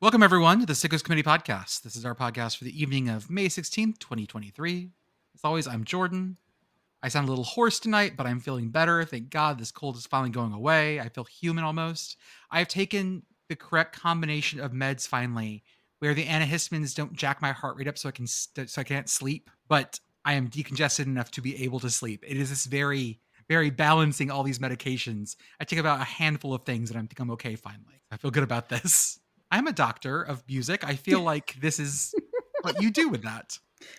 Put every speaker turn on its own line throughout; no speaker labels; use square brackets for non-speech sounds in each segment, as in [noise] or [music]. Welcome, everyone, to the Sickos Committee Podcast. This is our podcast for the evening of May 16th, 2023. As always, I'm Jordan. I sound a little hoarse tonight, but I'm feeling better. Thank God this cold is finally going away. I feel human almost. I have taken the correct combination of meds finally, where the antihistamines don't jack my heart rate up so I can st- so I can't sleep, but I am decongested enough to be able to sleep. It is this very very balancing all these medications. I take about a handful of things and I think I'm okay finally. I feel good about this. [laughs] I'm a doctor of music. I feel like this is what you do with that.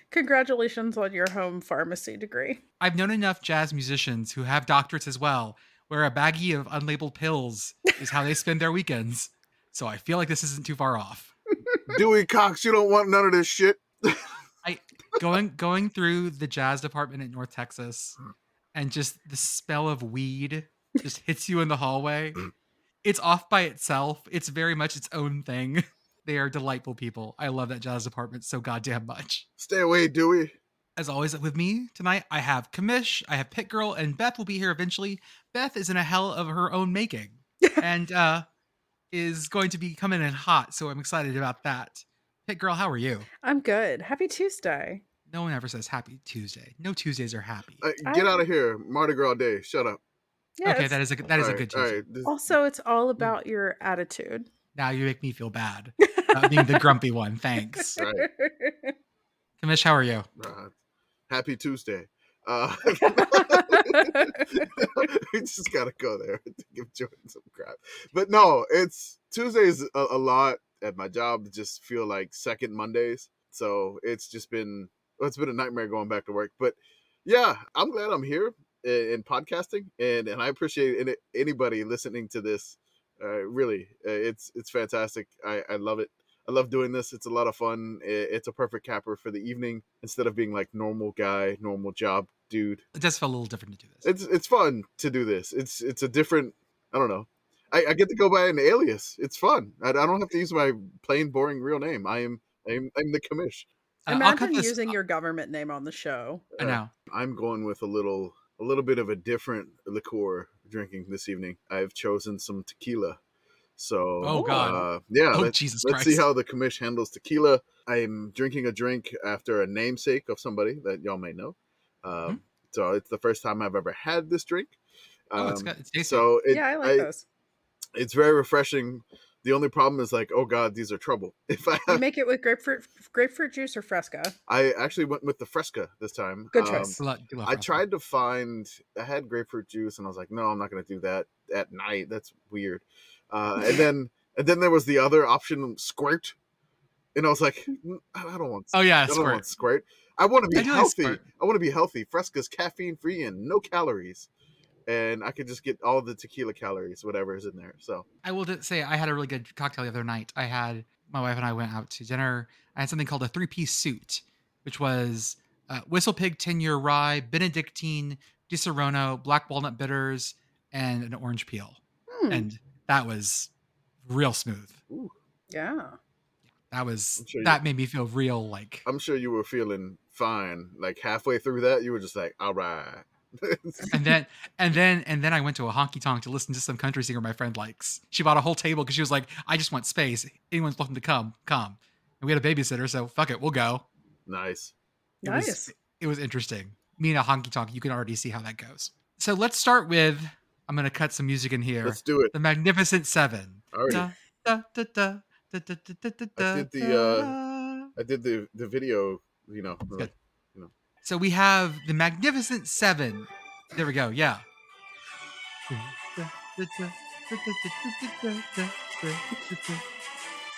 Congratulations on your home pharmacy degree.
I've known enough jazz musicians who have doctorates as well, where a baggie of unlabeled pills is how they spend their weekends. So I feel like this isn't too far off.
Dewey Cox, you don't want none of this shit.
Going going through the jazz department at North Texas and just the smell of weed just hits you in the hallway. It's off by itself. It's very much its own thing. [laughs] They are delightful people. I love that jazz department so goddamn much.
Stay away, Dewey.
As always, with me tonight, I have Kamish, I have Pit Girl, and Beth will be here eventually. Beth is in a hell of her own
[laughs]
making and uh, is going to be coming in hot, so I'm excited about that. Pit Girl, how are you?
I'm good. Happy Tuesday.
No one ever says happy Tuesday. No Tuesdays are happy.
Uh, get
I-
out of here, Mardi Gras Day. Shut up.
Yeah.
okay,
it's-
that is Mm. a that is a
Alright,
good Tuesday.
alright, this-
also, it's all about your attitude.
Now you make me feel bad
[laughs]
about being the grumpy one. Thanks,
[laughs]
Right.
Kamish. How are you?
uh, happy Tuesday. Uh, [laughs] we just gotta go there [laughs] to give Jordan some crap. But no, it's Tuesdays a, a lot at my job. Just feel like second Mondays. So it's just been well, it's been a nightmare going back to work. But yeah, I'm glad I'm here i- in, podcasting, and and I appreciate any, anybody listening to this. Uh, really, uh, it's it's fantastic. I I love it. I love doing this. It's a lot of fun. I- It's a perfect capper for the evening instead of being like normal guy, normal job dude
It does feel a little different to do this.
it's it's fun to do this. It's it's a different. I don't know. I, I get to go by an alias. It's fun. I, I don't have to use my plain, boring real name. I am I'm I'm the commish.
Uh, I'll cut
Imagine
this.
using your government name on the show.
I know.
I'm going with a little a little bit of a different liqueur drinking this evening. I've chosen some tequila. So
Oh, God.
uh, yeah.
oh
let's
Jesus
let's
Christ!
see how the commish handles tequila. I'm drinking a drink after a namesake of somebody that y'all may know. Um,
Hmm.
So it's the first time I've ever had this drink.
oh, it's
Um,
good. It's tasty.
So it,
yeah, I like those.
it's very refreshing. The only problem is like, oh god, these are trouble. [laughs] If I
You make it with grapefruit, grapefruit juice or Fresca.
I actually went with the Fresca this time. um,
Good choice.
Good luck- good luck,
I
Rafa.
tried to find. I had grapefruit juice, and I was like, no, I'm not going to do that at night. That's weird. Uh,
[laughs]
and then and then there was the other option, squirt, and I was like, "N- I don't want.
Oh yeah,
I don't want
squirt.
squirt. I want to be
I do like
healthy.
squirt.
I want to be healthy. Fresca's caffeine free and no calories, and I could just get all the tequila calories, whatever is in there. So
I will just say I had a really good cocktail the other night. I had my wife and I went out to dinner. I had something called a three piece suit, which was uh, whistle pig ten year rye, Benedictine, Di Serono, black walnut bitters, and an orange peel.
Hmm,
And that was real smooth.
yeah.
That was
I'm sure you-
that made me feel real like
I'm sure you were feeling fine. Like halfway through that, you were just like, all right.
[laughs]
[laughs]
and then and then and then I went to a honky tonk to listen to some country singer my friend likes. She bought a whole table because she was like, "I just want space. Anyone's welcome to come, come." And we had a babysitter, so fuck it, we'll go.
nice.
It was-
nice.
It was interesting. Me and a honky tonk, you can already see how that goes. So let's start with. I'm gonna cut some music in here.
Let's do it.
the Magnificent Seven.
All right.
Da, da, da, da, da, da, da, da, da,
I did the,
da,
uh,
da.
I did the, the video, you know.
It's good. So we have the Magnificent Seven. There we go. Yeah.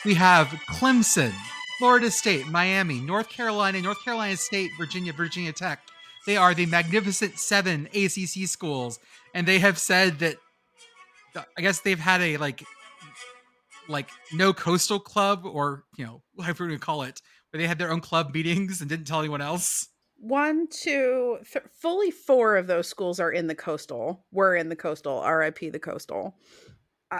We have Clemson, Florida State, Miami, North Carolina, North Carolina State, Virginia, Virginia Tech. They are the Magnificent Seven ACC schools, and they have said that. I guess they've had a like, like no coastal club or you know whatever we're gonna call it, where they had their own club meetings and didn't tell anyone else.
One, two, th- fully four of those schools are in the coastal. Were in the coastal. RIP the coastal. I,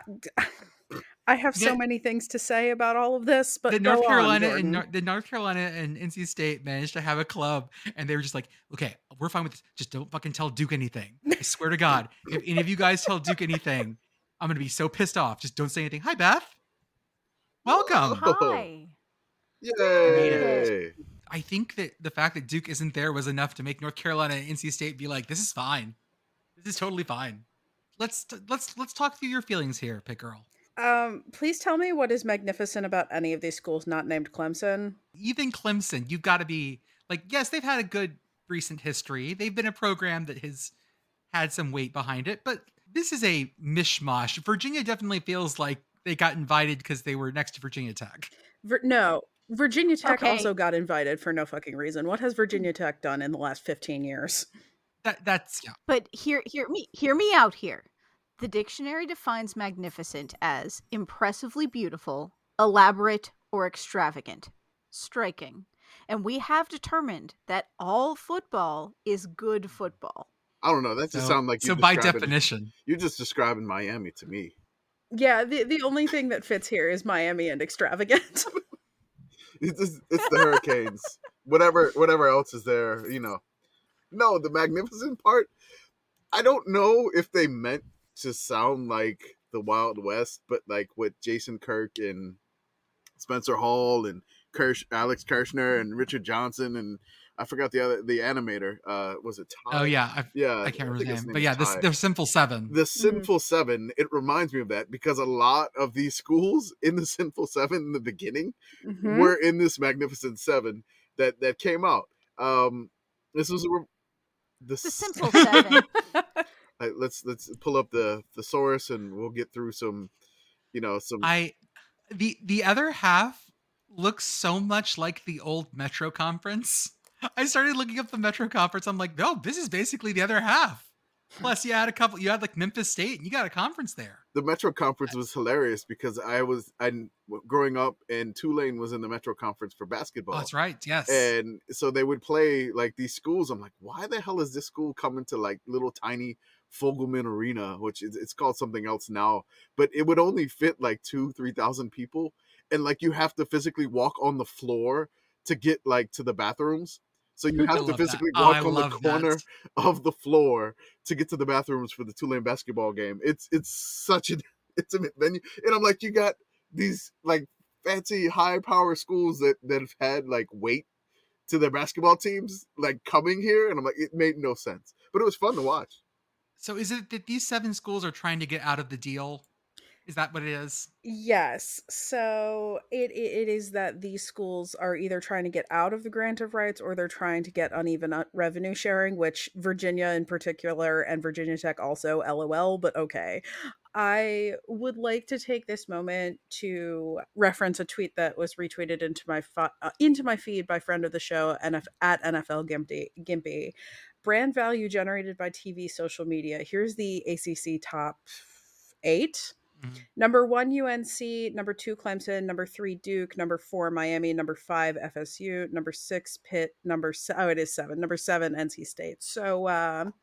[laughs] I have so
Yeah.
many things to say about all of this, but
the
go
North
on,
Carolina and
Jordan.
Nor- the North Carolina and NC State managed to have a club, and they were just like, "Okay, we're fine with this. Just don't fucking tell Duke anything. I swear to God, if any of you guys tell Duke anything, I'm gonna be so pissed off. Just don't say anything. Hi, Beth. Welcome.
Oh. [laughs]
Hi.
Yay!
I think that the fact that Duke isn't there was enough to make North Carolina and NC State be like, "This is fine. This is totally fine." Let's t- let's let's talk through your feelings here, Pit Girl.
Um, please tell me what is magnificent about any of these schools not named Clemson.
Even Clemson, you've got to be like, yes, they've had a good recent history. They've been a program that has had some weight behind it, but this is a mishmash. Virginia definitely feels like they got invited because they were next to Virginia Tech.
Vir- no, Virginia Tech
Okay.
also got invited for no fucking reason. What has
Mm.
Virginia Tech done in the last 15 years?
That that's yeah.
But hear hear me hear me out here. The dictionary defines magnificent as impressively beautiful, elaborate, or extravagant, striking. And we have determined that all football is good football.
I don't know. That just sounds like you
so by
describing-
definition,
You're just describing Miami to me.
Yeah, the, the only thing that fits here is Miami and extravagant.
It's, just, it's the hurricanes. whatever, whatever else is there, you know. No, the magnificent part. I don't know if they meant to sound like the Wild West, but like with Jason Kirk and Spencer Hall and Kirsch, Alex Kirshner and Richard Johnson and I forgot the other the animator. Uh, was it Ty?
oh yeah, I,
yeah.
I can't remember
think
his name, but
is
yeah, this, Mm-hmm.
Ty
they're simple seven.
the sinful seven it reminds me of that because a lot of these schools in the sinful seven in the beginning
Hmm?
Mhm. [laughs]
were in this magnificent seven that that came out um this was a re- the,
The
s-
simple
[laughs]
seven.
uh, let's let's pull up the thesaurus and we'll get through some you know some
I the the other half looks so much like the old Metro conference. [laughs] I started looking up the Metro conference. I'm like, no, this is basically the other half. Plus, you had a couple. You had like Memphis State, and you got a conference there.
the metro conference was hilarious because i was i growing up and tulane was in the metro conference for basketball
Oh, that's right. Yes.
and so they would play like these schools. I'm like, why the hell is this school coming to like little tiny Fogelman Arena, which is it's called something else now, but it would only fit like two, three thousand people, and like you have to physically walk on the floor to get like to the bathrooms. So you
I
have to
love that.
physically
Oh, I
walk on the
love that.
corner of the floor to get to the bathrooms for the Tulane basketball game. It's it's such an [laughs] intimate venue, and I'm like, you got these like fancy high power schools that that have had like weight to their basketball teams like coming here, and I'm like, it made no sense, but it was fun to watch.
So, is it that these seven schools are trying to get out of the deal? Is that what it is?
Yes. So it, it it is that these schools are either trying to get out of the grant of rights or they're trying to get uneven uh, revenue sharing, which Virginia in particular and Virginia Tech also LOL, but okay. I would like to take this moment to reference a tweet that was retweeted into my fi- uh, into my feed by friend of the show NF- at NFL Gimpy. Gimpy. Brand value generated by TV social media. Here's the ACC top 8.
Mhm.
Number one, UNC. Number two, Clemson. Number three, Duke. Number four, Miami. Number five, FSU. Number six, Pitt. Number se- oh, it is seven. Number seven, NC State. So um,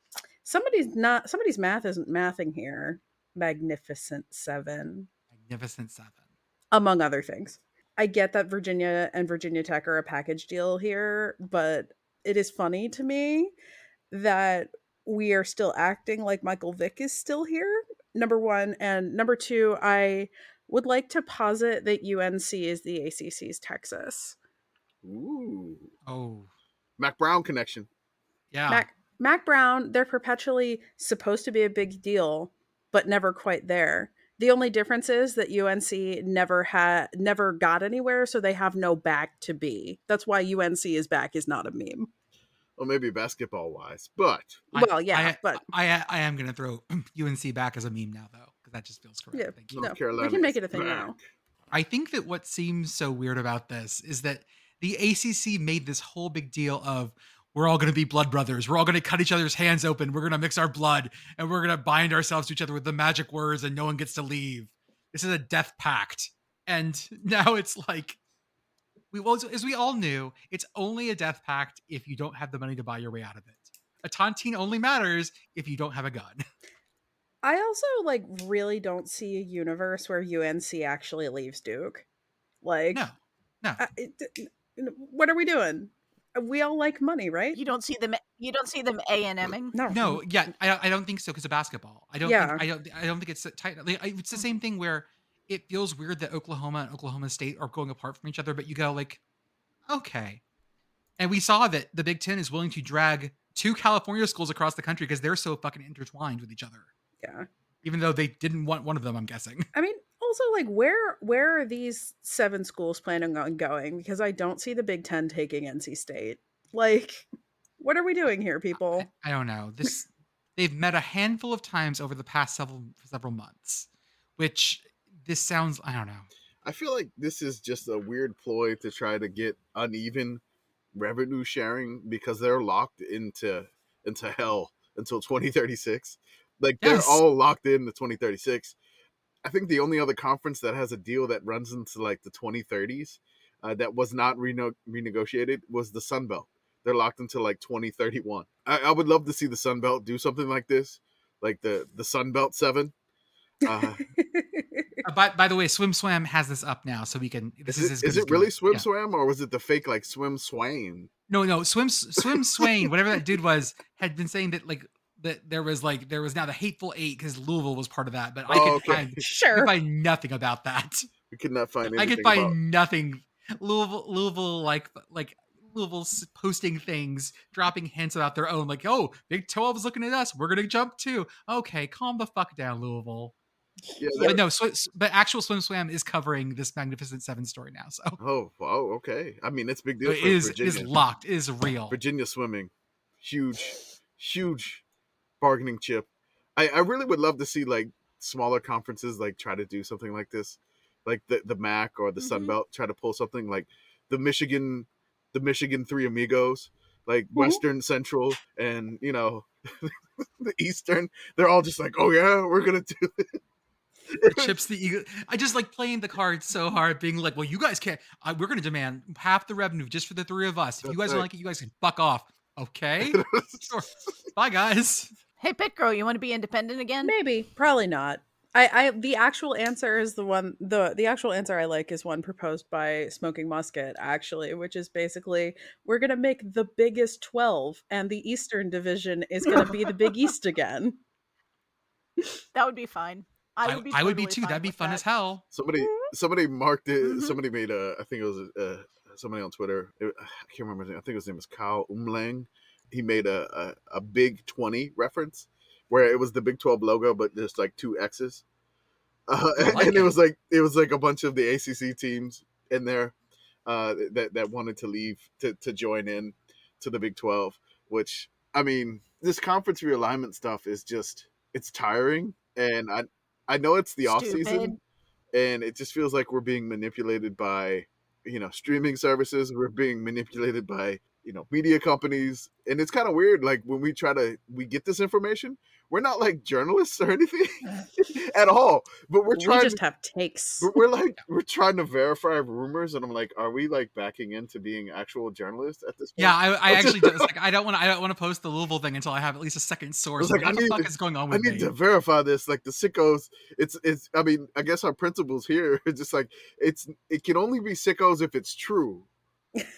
somebody's not somebody's math isn't mathing here. Magnificent seven,
Magnificent Seven.
among other things. I get that Virginia and Virginia Tech are a package deal here, but it is funny to me that we are still acting like Michael Vick is still here. Number one. And number two, I would like to posit that UNC is the ACC's Texas.
Ooh,
Oh,
Mac Brown connection.
yeah.
Mac, Mac Brown, they're perpetually supposed to be a big deal, but never quite there. The only difference is that UNC never had never got anywhere, so they have no back to be. That's why UNC is back is not a meme.
Well, maybe basketball wise, but
I-
well, yeah,
I-
but
I I, I am gonna throw [clears throat] UNC back as a meme now though, because that just feels correct.
Yeah,
Thank you.
North
no,
Carolina
we can make it
is
a thing now.
I think that what seems so weird about this is that the ACC made this whole big deal of we're all going to be blood brothers. We're all going to cut each other's hands open. We're going to mix our blood and we're going to bind ourselves to each other with the magic words and no one gets to leave. This is a death pact. And [laughs] now it's like we well, as- as we all knew, it's only a death pact if you don't have the money to buy your way out of it. A tontine only matters if you don't have a gun.
I also like really don't see a universe where UNC actually leaves Duke. Like,
No. No.
I- it- it- what are we doing? We all like money, right?
You don't see them you don't see them A and Ming.
No,
No, yeah, I, don't- I don't think so because of basketball. I don't.
Yeah.
Think, I don't. I don't think it's tight. like, I- It's the same thing where it feels weird that Oklahoma and Oklahoma State are going apart from each other, but you go like, okay. And we saw that the Big Ten is willing to drag two California schools across the country because they're so fucking intertwined with each other.
Yeah.
Even though they didn't want one of them, I'm guessing.
I mean, also like where where are these seven schools planning on going? Because I don't see the Big Ten taking NC State. Like, what are we doing
Uh,
here, people? [laughs]
[laughs] I don't know. This they've met a handful of times over the past several several months, which this sounds I don't know.
I feel like this is just a weird ploy to try to get uneven revenue sharing because they're locked into into hell until 2036. Like
Yes.
they're all locked in to 2036. I think the only other conference that has a deal that runs into like the 2030s uh, that was not reno- renegotiated was the Sun Belt. They're locked into like 2031. I, I would love to see the Sun Belt do something like this, like the the Sun Belt Seven. Uh,
Uh, by, by the way, Swim Swam has this up now, so we can. This is
is
as
it, is
good as
it really
done.
Swim
Yeah.
Swam or was it the fake like Swim Swain?
No, no, swim,
[laughs]
S- swim, Swain, whatever that dude was, had been saying that like that there was like there was now the hateful eight because Louisville was part of that, but I
Oh,
could
okay.
find I
sure.
could find nothing about
[laughs]
that.
We could not find.
I
Anything
could find
about-
nothing. Louisville, Louisville, like like Louisville's posting things, dropping hints about their own. Like, oh, Big Twelve is looking at us. We're gonna jump too. Okay, calm the fuck down, Louisville.
Yeah,
But no, sw- s- but actual Swim Swam is covering this Magnificent Seven story now, so
Oh, wow. Okay. I mean, it's a big deal.
it
for
is
Virginia.
is locked, it is real.
Virginia swimming, huge, huge bargaining chip. I, I really would love to see like smaller conferences like try to do something like this, like the the MAC or the Sun
Mhm.
Belt try to pull something like the Michigan, the Michigan Three Amigos, like Western Central and you know [laughs] the Eastern. They're all just like, oh yeah, we're gonna do [laughs]
It
it.
chips the eagle. I just like playing the card so hard, being like, "Well, you guys can't. I, we're going to demand half the revenue just for the three of us. If you
That's
guys don't
right.
like it, you guys can fuck off."
[laughs]
Okay, sure. Bye, guys.
Hey, Pit Girl, you want to be independent again?
Maybe, probably not. I, I the actual answer is the one the the actual answer I like is one proposed by Smoking Musket actually, which is basically we're gonna make the biggest twelve, and the Eastern Division is gonna be the Big
[laughs]
East again.
That would be fine. I would be. totally
too.
fine
That'd be
with
fun
that.
as hell.
Somebody somebody marked it.
Mhm.
Somebody made a. I think it was uh somebody on Twitter. It, I can't remember. His name. I think his name was Kyle Umlang. He made a, a a Big Twenty reference where it was the Big Twelve logo, but just like two X's. Uh, [laughs] and
like
it.
it.
was like it was like a bunch of the ACC teams in there uh, that that wanted to leave to to join in to the Big Twelve. Which I mean, this conference realignment stuff is just it's tiring, and I I know it's the off season
Stupid.
and it just feels like we're being manipulated by you know streaming services we're being manipulated by you know media companies and it's kind of weird like when we try to we get this information we're not like journalists
[laughs]
or [laughs] anything at all but we're
we
trying
just have takes.
we're, we're like we're trying to verify rumors and i'm like are we like backing into being actual journalists at this point
Yeah, I, I
Let's
actually do. It's
[laughs]
like I don't want. to. I don't want to post the Louisville thing until I have at least a second source.
like,
Like, what
I
the
need
fuck
to-
is going on
I
with
need
me?
to verify this. Like the sickos, it's it's. I mean, I guess our principles here [laughs] are just like it's. It can only be sickos if it's true.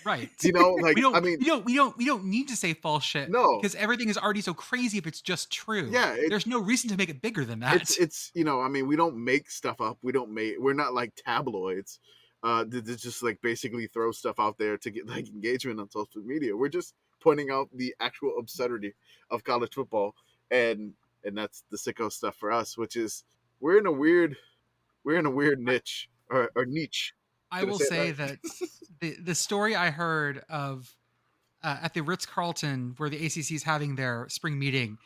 Right.
You know, like
[laughs] we don't.
I mean,
we don't. We don't. We don't need to say false shit.
No.
because everything is already so crazy if it's just true.
Yeah, it-
there's no reason to make it bigger than that.
it's it's you know, I mean, we don't make stuff up. We don't make. We're not like tabloids. Uh, that that just like basically throw stuff out there to get [laughs] like engagement on social media. We're just pointing out the actual absurdity of college football, and and that's the sicko stuff for us, which is we're in a weird, we're in a weird niche or, or niche.
I
Gonna
will
say
say
it
that the the story I heard of uh, at the Ritz Carlton, where the ACC is having their spring meeting,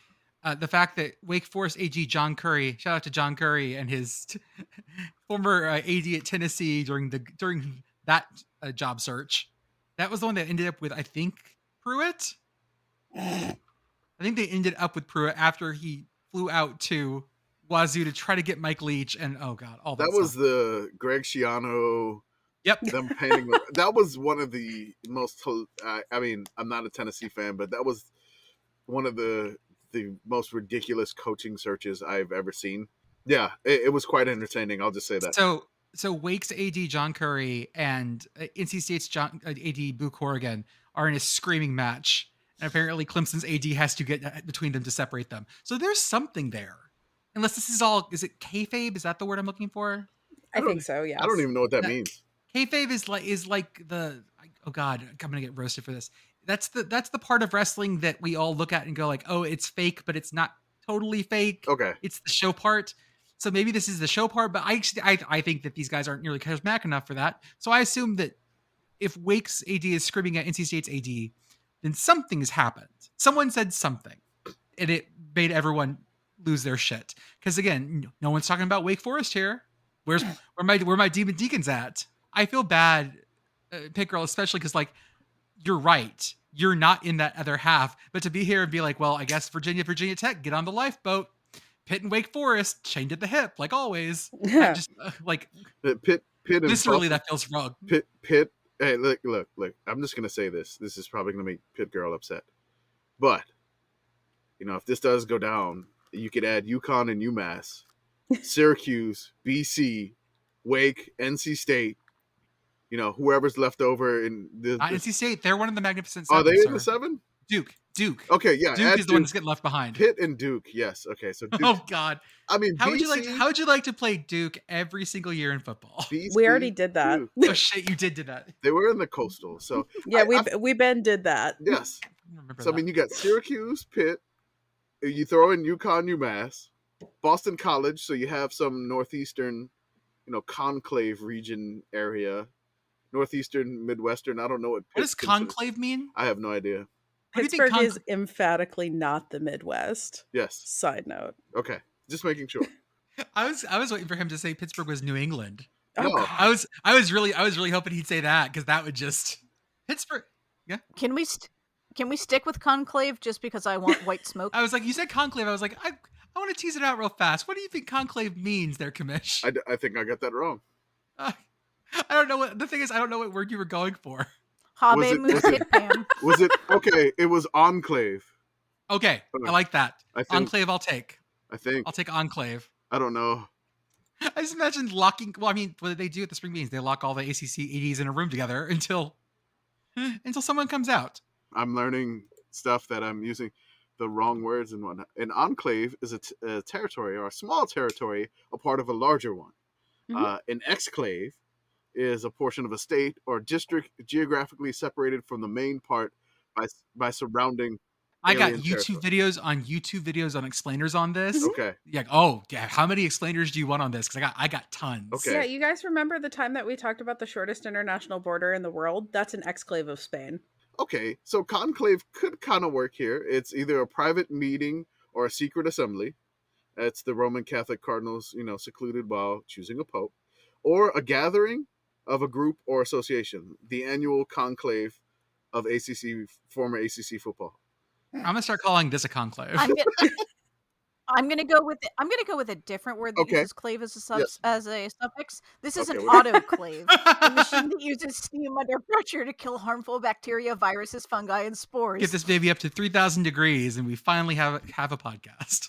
uh, the fact that Wake Forest AG John Curry, shout out to John Curry and his t- [laughs] former uh, AD at Tennessee during the during that uh, job search, that was the one that ended up with I think Pruitt. I think they ended up with Pruitt after he flew out to Wazoo to try to get Mike Leach, and oh god, all that,
that was
stuff.
the Greg Schiano.
Yep.
Them painting the- that was one of the most. hil- I, I mean, I'm not a Tennessee fan, but that was one of the the most ridiculous coaching searches I've ever seen. Yeah, it, it was quite entertaining. I'll just say that.
So so Wake's AD John Curry and uh, NC State's John, uh, AD Boo Corrigan are in a screaming match, and apparently Clemson's AD has to get uh, between them to separate them. So there's something there, unless this is all is it kayfabe? Is that the word I'm looking for?
I,
I don't-
think so. Yes.
I
[laughs]
don't even know what that
No.
means.
Kayfabe is like is like the oh god, I'm gonna get roasted for this. That's the that's the part of wrestling that we all look at and go like, oh, it's fake, but it's not totally fake.
Okay.
[laughs] It's the show part. So maybe this is the show part, but I actually I, I think that these guys aren't nearly charismatic enough for that. So I assume that if Wake's AD is screaming at NC State's AD, then something has happened. Someone said something, and it made everyone lose their shit. Because again, n- no one's talking about Wake Forest here. Where's where my where my demon deacons at? I feel bad, uh, Pit Girl, especially because like you're right. You're not in that other half, but to be here and be like, well, I guess Virginia, Virginia Tech, get on the lifeboat. Pitt and Wake Forest chained at the hip, like always. I just uh, like
The Pit, pit, and
viscerally,
Buff-
that feels
[laughs]
wrong.
pit, pit. Hey, look, look, look. I'm just gonna say this. This is probably gonna make Pit Girl upset, but you know, if this does go down, you could add UConn
[laughs]
and UMass, Syracuse, BC, Wake, NC State. You know, whoever's left over in the,
Not NC State. They're one of the magnificent.
are
Seven,
they in the
sir.
seven?
Duke. Duke.
Okay, yeah.
Duke
add
is the one that's getting left behind.
Pitt and Duke. Yes. Okay. So Duke,
[laughs] Oh God.
I mean,
How would you like?
BC
To, how would you like to play Duke every single year in football?
BC,
we
[laughs]
already did that.
Duke.
[laughs] oh shit, you did do that.
They were in the coastal. So
[laughs] yeah,
I-
we we Ben did that.
yes.
I remember
So I
that.
mean, you got Syracuse, Pitt. You throw in UConn, UMass, Boston College. So you have some northeastern, you know, conclave region area, northeastern, midwestern. I don't know what.
what does
Pitt considers-
conclave mean?
I have no idea.
What do you think
Pittsburgh
conc-
is emphatically not the Midwest.
Yes.
Side note.
Okay. Just making sure.
I was I was waiting for him to say Pittsburgh was New England.
Oh,
No.
I was I was really I was really hoping he'd say that because that would just [laughs] Pittsburgh.
Can we st- can we stick with conclave just because I want
[laughs]
white smoke?
I was like, you said conclave. I was like, I I want to tease it out real fast. What do you think conclave means, there, Commish?
I, d- I think I got that wrong.
Uh, [laughs] I don't know what the thing is. I don't know what word you were going for.
Habe
it- was
moose
it-
hip pam.
Was it okay? It was enclave.
Okay, I
Okay.
like that.
I think.
Enclave, Oh. I'll take.
I think.
I'll take Enclave.
I don't know.
I just imagine locking. Well, I mean, what they do at the spring meetings, they lock all the ACC EDs in a room together until [laughs] until someone comes out.
I'm learning stuff that I'm using the wrong words and whatnot. An enclave is a, t- a territory or a small territory, a part of a larger one.
Mhm.
Uh, an exclave is a portion of a state or district geographically separated from the main part by s- by surrounding.
I got
Alien
YouTube
territory.
videos on YouTube videos on explainers on this.
Mhm.
Okay,
Yeah. Oh, yeah. How many explainers do you want on this? Because I got I got tons.
Okay.
Yeah, you guys remember the time that we talked about the shortest international border in the world? That's an exclave of Spain.
okay. So conclave could kind of work here. It's either a private meeting or a secret assembly. That's the Roman Catholic cardinals, you know, secluded while choosing a pope, or a gathering of a group or association. The annual conclave of ACC former ACC football.
I'm gonna start calling this a conclave. [laughs]
I'm
[laughs]
gonna, I'm gonna go with I'm gonna go with a different word that
Okay.
uses clave as a sub
Yes.
as a suffix. This is
Okay,
an
what-
autoclave. a
[laughs]
machine that uses steam under pressure to kill harmful bacteria, viruses, fungi, and spores.
Get this baby up to three thousand degrees, and we finally have have a podcast.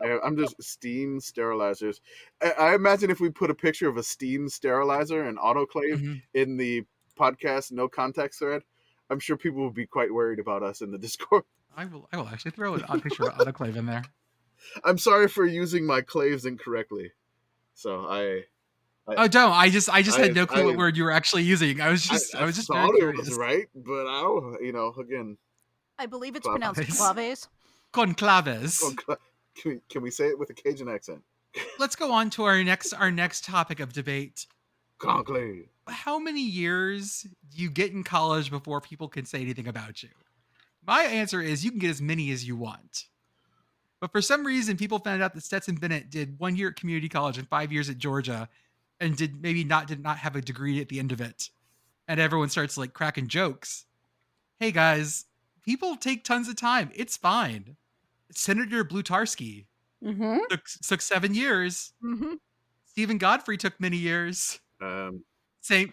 I- I'm just steam sterilizers. I, I imagine if we put a picture of a steam sterilizer and autoclave
Mhm.
in the podcast no context thread, I'm sure people will be quite worried about us in the [laughs] Discord.
I will I will actually throw an- a picture of autoclave in there.
I'm sorry for using my claves incorrectly. So I,
Oh, don't. I just I just had
I-
no clue
I-
what word you were actually using. I was
I,
just I, was just
thought
very
it
curious.
was right, but I, don't- you know, again, [laughs]
I believe it's
Claves. [laughs]
pronounced claves.
Conclaves.
oh, God, can we, can we say it with a Cajun accent?
Let's go on to our next our next topic of debate.
Conclave.
How many years do you get in college before people can say anything about you? My answer is you can get as many as you want. But for some reason, people found out that Stetson Bennett did one year at community college and five years at Georgia, and did maybe not did not have a degree at the end of it. And everyone starts like cracking jokes. Hey guys, people take tons of time. It's fine. Senator Blutarski
Mm-hmm.
took, took seven years.
hmm
Stephen Godfrey took many years.
Um,
Same.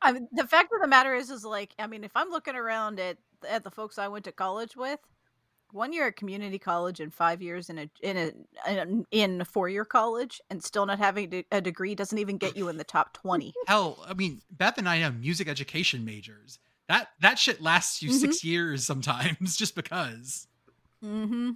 I mean, the fact of the matter is, is like, I mean, if I'm looking around at at the folks I went to college with, one year at community college and five years in a in a in, in four year college, and still not having de- a degree doesn't even get you in the top twenty.
Hell, I mean, Beth and I know music education majors. That that shit
Mm-hmm.
[laughs] lasts you six years sometimes just because.
Mm-hmm.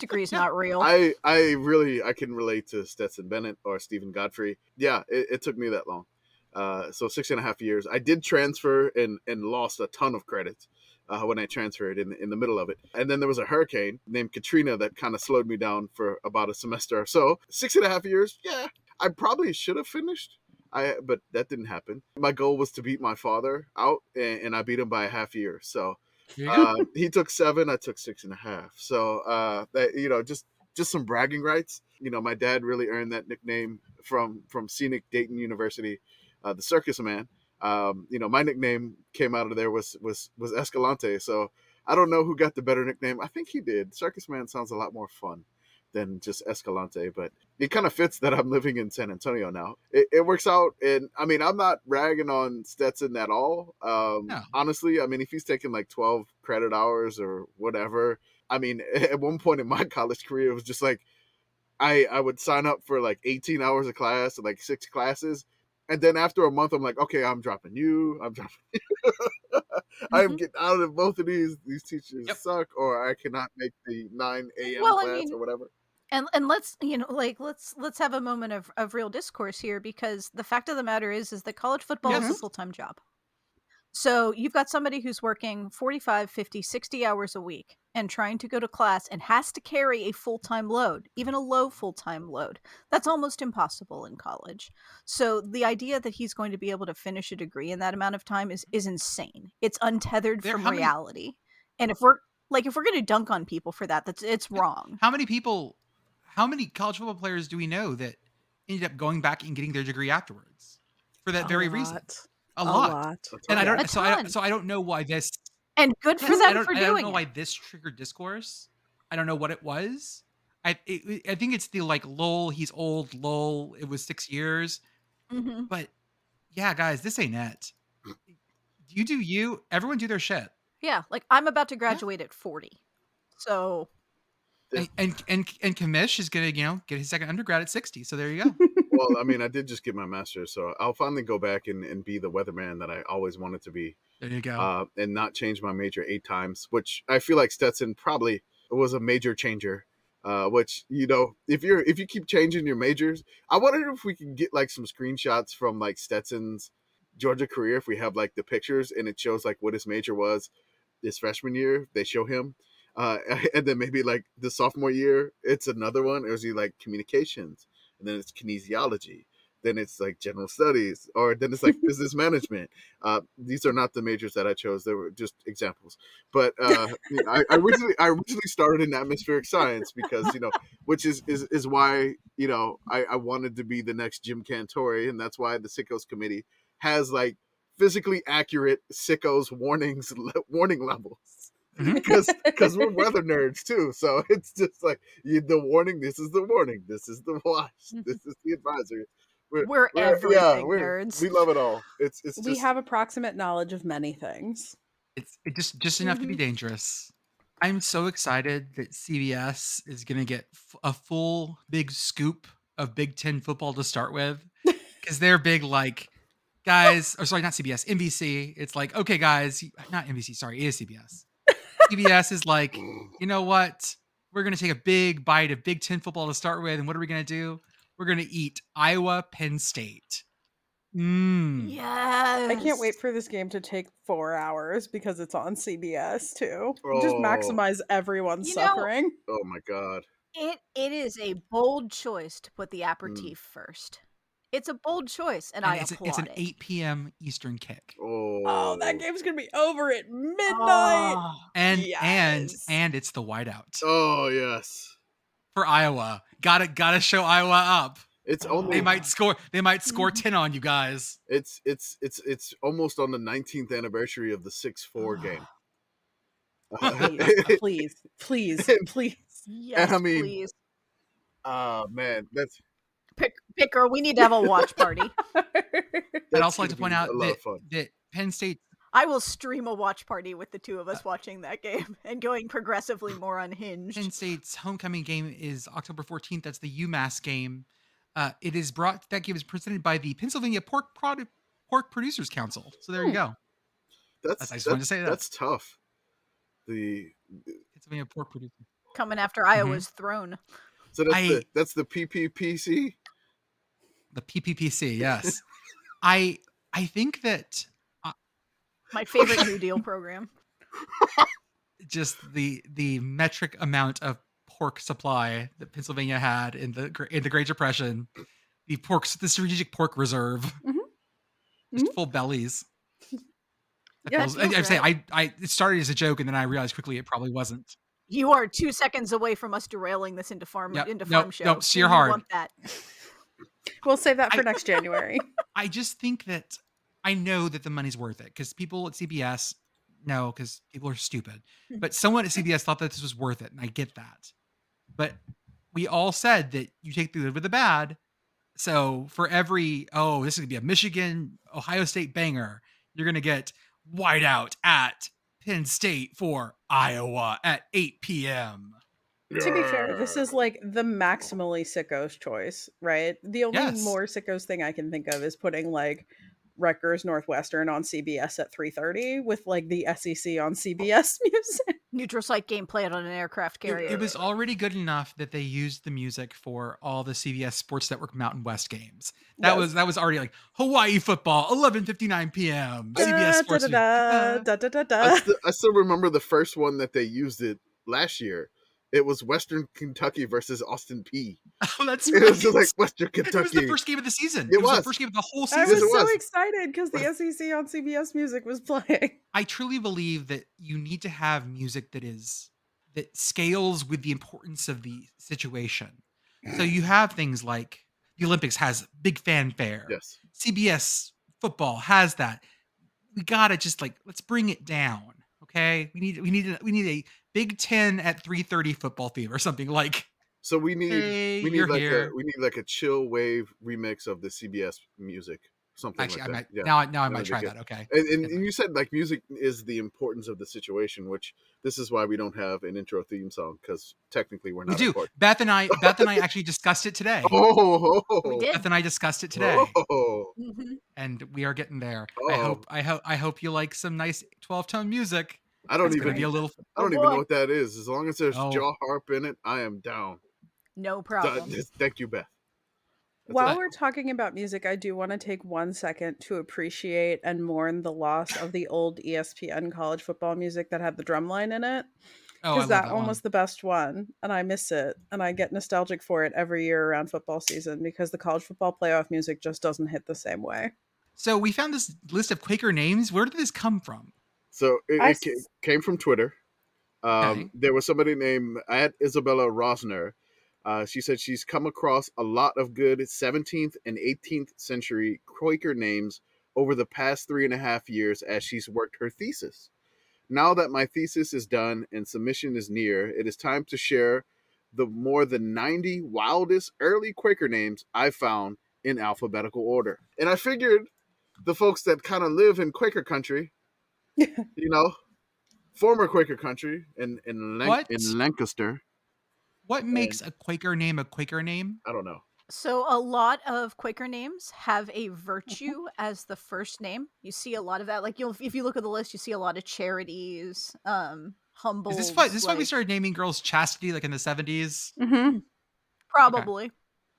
Degree's not real.
I I really I can relate to Stetson Bennett or Stephen Godfrey. Yeah, it, it took me that long. Uh, so six and a half years. I did transfer and and lost a ton of credits uh, when I transferred in in the middle of it. And then there was a hurricane named Katrina that kind of slowed me down for about a semester or so. Six and a half years. Yeah, I probably should have finished. I but that didn't happen. My goal was to beat my father out, and, and I beat him by a half year. So
Here you go.
uh, he took seven. I took six and a half. So uh, that you know, just just some bragging rights. You know, my dad really earned that nickname from from scenic Dayton University, uh, the circus man. Um, you know, my nickname came out of there was was was Escalante. So I don't know who got the better nickname. I think he did. Circus man sounds a lot more fun than just Escalante, but it kind of fits that I'm living in San Antonio now. It, it works out, and I mean, I'm not ragging on Stetson at all. Um,
No.
Honestly, I mean, if he's taking like 12 credit hours or whatever, I mean, [laughs] at one point in my college career, it was just like I I would sign up for like 18 hours of class and like six classes. And then after a month, I'm like, okay, I'm dropping you. I'm dropping [laughs] you. I'm
Mhm.
getting out of both of these. These teachers
Yep.
suck, or I cannot make the 9 a.m.
Well, I
class
mean,
or whatever.
and and let's you know like let's let's have a moment of, of real discourse here because the fact of the matter is is that college football is a
Yes.
full-time job so you've got somebody who's working 45 50 60 hours a week and trying to go to class and has to carry a full-time load even a low full-time load that's almost impossible in college so the idea that he's going to be able to finish a degree in that amount of time is is insane it's untethered
There-
from
how many-
reality and if we're like if we're going to dunk on people for that that's it's wrong
How many people, how many college football players do we know that ended up going back and getting their degree afterwards for that
A
very reason?
lot.
A, lot. And I
Yeah.
don't.
A
So I,
ton.
so I don't know why this.
and good [laughs] for
I
them
don't,
for
I don't
doing
know
it.
why this triggered discourse. I don't know what it was. I it, it- I think it's the like lol. He's old. Lol. It was six years.
Mhm.
But yeah, guys, this ain't it. You do you. Everyone do their shit.
Yeah, like I'm about to graduate at 40. So
Yeah.
And and and, and Kamish is gonna you know get his second undergrad at sixty. So there you
[laughs]
go.
well, I mean, I did just get my master's, so I'll finally go back and, and be the weatherman that I always wanted to be,
There you go.
uh, and not change my major eight times, which I feel like Stetson probably was a major changer. Uh, which you know, if you're if you keep changing your majors, I wonder if we can get like some screenshots from like Stetson's Georgia career. If we have like the pictures and it shows like what his major was this freshman year, they show him. Uh, [laughs] and then maybe like the sophomore year, it's another one. Or is he like communications? And then it's kinesiology. Then it's like general studies, or then it's like business management. Uh, these are not the majors that I chose. They were just examples. But uh, you know, I, I originally I originally started in atmospheric science because you know, which is is, is why you know I, I wanted to be the next Jim Cantori, and that's why the Sickos Committee has like physically accurate sickos warnings [laughs] le- warning levels [laughs]
Mhm.
because because we're weather nerds too so it's just like you, the warning this is the warning this is the watch this is the advisory
we're,
We're-
everything
we're-
nerds.
we love it all it's it's
we
just [sniffs]
have approximate knowledge of many things.
It's it just just enough to be
mm-hmm.
Mhm.
dangerous. I'm so excited that CBS is going to get f- a full big scoop of Big 10 football to start
[laughs]
with cuz they're big like guys, or sorry, not CBS, NBC. It's like, okay guys, y- not NBC, sorry, it is
[laughs]
CBS. CBS is like, you know what? We're going to take a big bite of Big 10 football to start with and what are we going to do? We're going to eat Iowa Penn State. Mm.
Yes.
I can't wait for this game to take four hours because it's on CBS too. Just
Oh.
maximize everyone's
You know-
suffering.
oh my god
It it is a bold choice to put
Hmm.
the aperitif first. It's a bold choice and, I
it's, a-
applaud
it's an
it.
8 p.m. Eastern kick.
oh,
Oh, that game's gonna be over at midnight.
Ah,
and and
Yes.
and it's the whiteout
oh yes
for Iowa. Gotta gotta show Iowa up.
it's
Oh.
only
They might score. They might score
Mhm.
ten on you guys.
it's it's it's it's almost on the 19th anniversary of the 6-4 game
Ah.
[laughs]
Please, please, please, please.
yes,
I mean-
please.
oh man that's
Pick, picker, we need to have a watch party.
[laughs]
I'd
That's
also like
gonna
to point
be
out
a lot
that,
of fun.
that Penn State.
I will stream a watch party with the two of
Uh
us watching that game [laughs] and going progressively more
Penn
unhinged.
State's homecoming game is October fourteenth. That's the UMass game. Uh, it is brought. That game is presented by the Pennsylvania Pork Product Pork Producers Council. So there you
Hmm.
go.
That's
That's- I just wanted to say that.
that's tough. The
Pennsylvania Pork Producers.
coming after Iowa's
Mm-hmm.
throne.
So that's
I-
the that's the PPPC.
The
[laughs]
PPPC, yes. I I think that
My favorite New Deal program.
just the the metric amount of pork supply that Pennsylvania had in the gr- in the Great Depression, the pork the strategic pork reserve,
Mm-hmm.
Mhm.
just full bellies. That
Yeah, that
feels- I,
feels
I'm saying I I it started as a joke and then I realized quickly it probably wasn't.
You are two seconds away from us derailing this into farm
Yep,
into
nope,
farm show.
nope, steer
You
hard.
want that.
We'll save that for
I-
next January.
[laughs] I just think that I know that the money's worth it because people at CBS know because people are stupid. But someone at CBS thought that this was worth it, and I get that. But we all said that you take the good with the bad. So for every oh, this is gonna be a Michigan Ohio State banger, you're gonna get whiteout at Penn State for Iowa at 8 p.m.
to be fair, this is like the maximally sicko's choice, right? The only
Yes.
more sicko's thing I can think of is putting like Rutgers Northwestern on CBS at 3:30 with like the SEC on CBS [laughs] music.
Neutrocyte gameplay on an aircraft
It-
carrier.
It, was already good enough that they used the music for all the CBS Sports Network Mountain West games. That
Yes.
was that was already like Hawaii football, 11:59 p.m. CBS
Da,
Sports.
da,
News.
da,
Uh, [laughs]
da, da, da,
I,
da.
still, I still remember the first one that they used it last year. It was Western Kentucky versus Austin P. [laughs]
Oh, that's
It was just
right.
like Western
It was
Kentucky.
the first game of the season.
It
It, was. the
was.
first game of the whole
I
season.
was
it
so
was.
excited because the SEC on CBS music was playing.
I truly believe that you need to have music that is that scales with the importance of the situation. So
[sighs]
you have things like the Olympics has big fanfare.
yes.
CBS football has that. We gotta just like let's bring it down. Okay, we need we need a, we need a Big Ten at three thirty football theme or something like.
So we need
Hey,
we need
you're
like
here.
a we need like a chill wave remix of the CBS music, something
Actually, I
like that.
might
yeah.
now I- now I
That
might
would be
try
good.
that.
[laughs]
Okay,
and, and,
Yeah.
and you said like music is the importance of the situation, which this is why we don't have an intro theme song because technically we're
we
not.
do. [laughs]
important.
Beth and I Beth and I
[laughs]
actually discussed it today.
Oh,
We
[laughs]
did.
Beth and I discussed it today,
Oh,
Mhm.
and we are getting there. I
Oh.
hope I hope I hope you like some nice twelve tone music.
I don't
It's
even
gonna be a little
I don't
Oh,
even
boy.
know what that is. As long as there's
Oh.
jaw harp in it, I am down.
No
Th-
problem.
th- Thank you, Beth. That's
While
all.
we're talking about music, I do want to take one second to appreciate and mourn the loss of the old E ESPN college football music that had the drum line in it.
oh I
Because
love
that,
that
one
one.
was the best one, and I miss it. And I get nostalgic for it every year around football season because the college football playoff music just doesn't hit the same way.
So we found this list of Quaker names. Where did this come from?
So it,
I
it ca-
s-
came from Twitter. Um,
Okay.
There was somebody named at Isabella Rosner. Uh, she said she's come across a lot of good 17th and 18th century Quaker names over the past three and a half years as she's worked her thesis. Now that my thesis is done and submission is near, it is time to share the more than 90 wildest early Quaker names I found in alphabetical order. And I figured the folks that kind of live in Quaker
[laughs]
country, you know, former Quaker country in in, Lan-
What?
in Lancaster,
What makes a Quaker name a Quaker name?
I don't know.
So a lot of Quaker names have a virtue as the first name. You see a lot of that. Like you'll if you look at the list, you see a lot of charities, um, humble.
Is this why? This is why we started naming girls chastity, like in the seventies. Oh,
Mm-hmm.
Probably.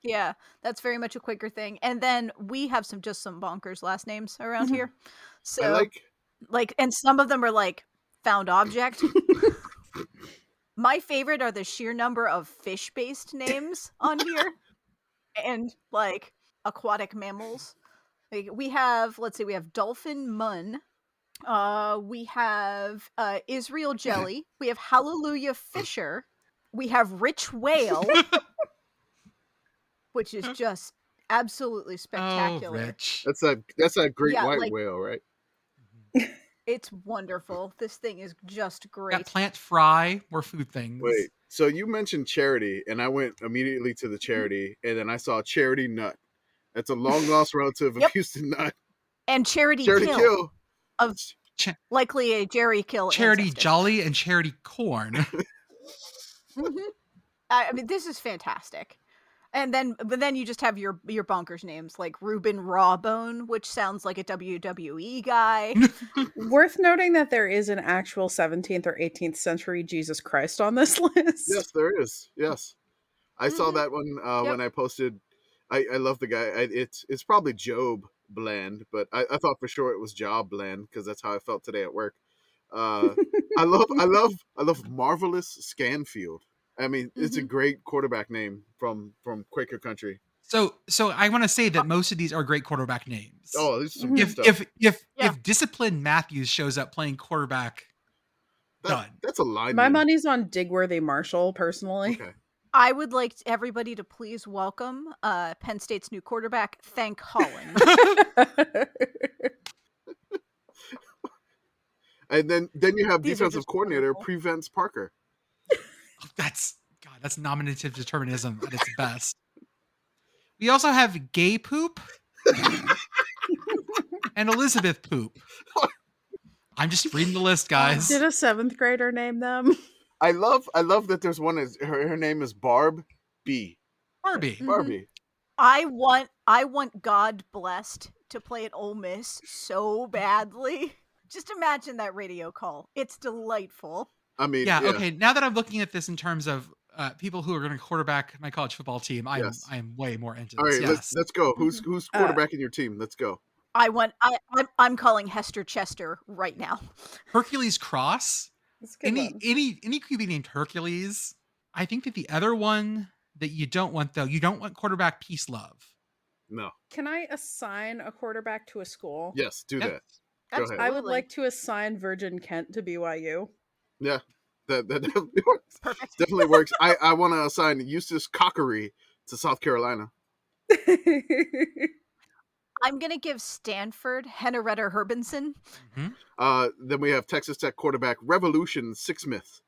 Yeah, that's very much a Quaker thing. And then we have some just some bonkers last names
[laughs]
around
Mhm.
here. So
I like
like and some of them are like found object my favorite are the sheer number of fish based names on here and like aquatic mammals like we have let's see we have dolphin mun uh we have uh israel jelly we have hallelujah fisher we have rich whale which is just absolutely
Oh,
spectacular
rich.
that's a that's a great
Yeah,
white
like-
whale, right?
it's wonderful this thing is just
Got
great
plant fry or food things.
Wait, so you mentioned charity, and I went immediately to the
Mm-hmm.
charity, and then I saw charity nut. That's a long lost relative of
Yep.
Houston Nut.
and charity,
Charity
kill.
kill.
likely a Jerry Kill
charity
ancestor. [laughs]
jolly and charity corn.
Mm-hmm. Mhm. I, I mean, this is fantastic. And then, but then you just have your your bonkers names like Ruben Rawbone, which sounds like a WWE guy.
Worth noting that there is an actual 17th or 18th century Jesus Christ on this [laughs] list.
Yes, there is. Yes, I saw
Mhm.
that one uh,
Yep.
when I posted. I, I love the guy. I, it's it's probably Job Bland, but I, I thought for sure it was Job Bland because that's how I felt today at work. Uh, I love
[laughs]
I love I love marvelous Scanfield. I mean, it's
Mm-hmm.
a great quarterback name from from Quaker Country.
So, so I want to say that most of these are great quarterback names.
Oh, this is some
Mhm.
Mm-hmm.
good
if
stuff.
if if
Yeah.
if disciplined Matthews shows up playing quarterback,
That-
done.
That's a line.
My money's on Digworthy Marshall, personally. [laughs]
Okay.
I would like t- everybody to please welcome uh, Penn State's new quarterback, Thank Holland.
[laughs]
And then then you have
These are
defensive
just
coordinator
wonderful.
prevents Parker.
oh, that's God, that's nominative determinism at its best. We also have gay poop and Elizabeth poop. I'm just reading the list, guys.
Did a seventh grader name them? [laughs]
I love I love that there's one is her, her name is Barb B.
Barbie.
Mhm.
Barbie.
I want I want God blessed to play at Ole Miss so badly. [laughs] Just imagine that radio call. It's delightful.
I mean,
Yeah, okay. Now that I'm looking at this in terms of uh, people who are going to quarterback my college football team, I am
Yes.
I am way more into
All
this. yes.
right,
Mm-hmm.
let's let's go. Who's who's
Uh,
quarterbacking your team? Let's go.
I want I I'm, I'm calling Hester Chester right now.
Hercules Cross.
That's a good
Any
one.
any any QB named Hercules. I think that the other one that you don't want though, you don't want quarterback peace love.
No.
Can I assign a quarterback to a school?
Oh, Yes, do
Yep.
that. Go ahead.
Absolutely.
I would like to assign Virgin Kent to BYU.
That that [laughs] definitely works.
perfect.
Definitely works. I I want to assign Eustace Cockery to South Carolina.
I'm gonna give Stanford Henrietta Herbinson.
Mhm.
Uh, then we have Texas Tech quarterback Revolution Sixsmith.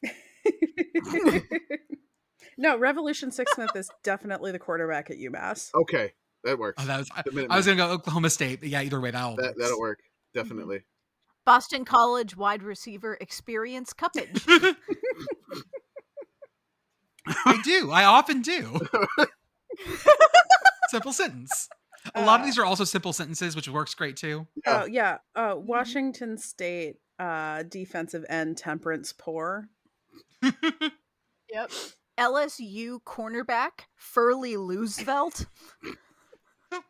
[laughs] no, Revolution Sixsmith is definitely the quarterback at UMass.
Okay, that works.
Oh, that was I,
The
I was
Minutemen.
gonna go Oklahoma State, but yeah, either way, that'll
that that'll work definitely.
Boston College wide receiver experience
[laughs]
Cuppage.
[laughs] I do. I often do.
[laughs]
simple sentence. A lot of
Uh,
these are also simple sentences, which works great too. [laughs]
Yeah.
Oh yeah, uh,
Mm-hmm.
Washington State uh, defensive end Temperance Poor.
Yep. LSU cornerback Furley Loosevelt.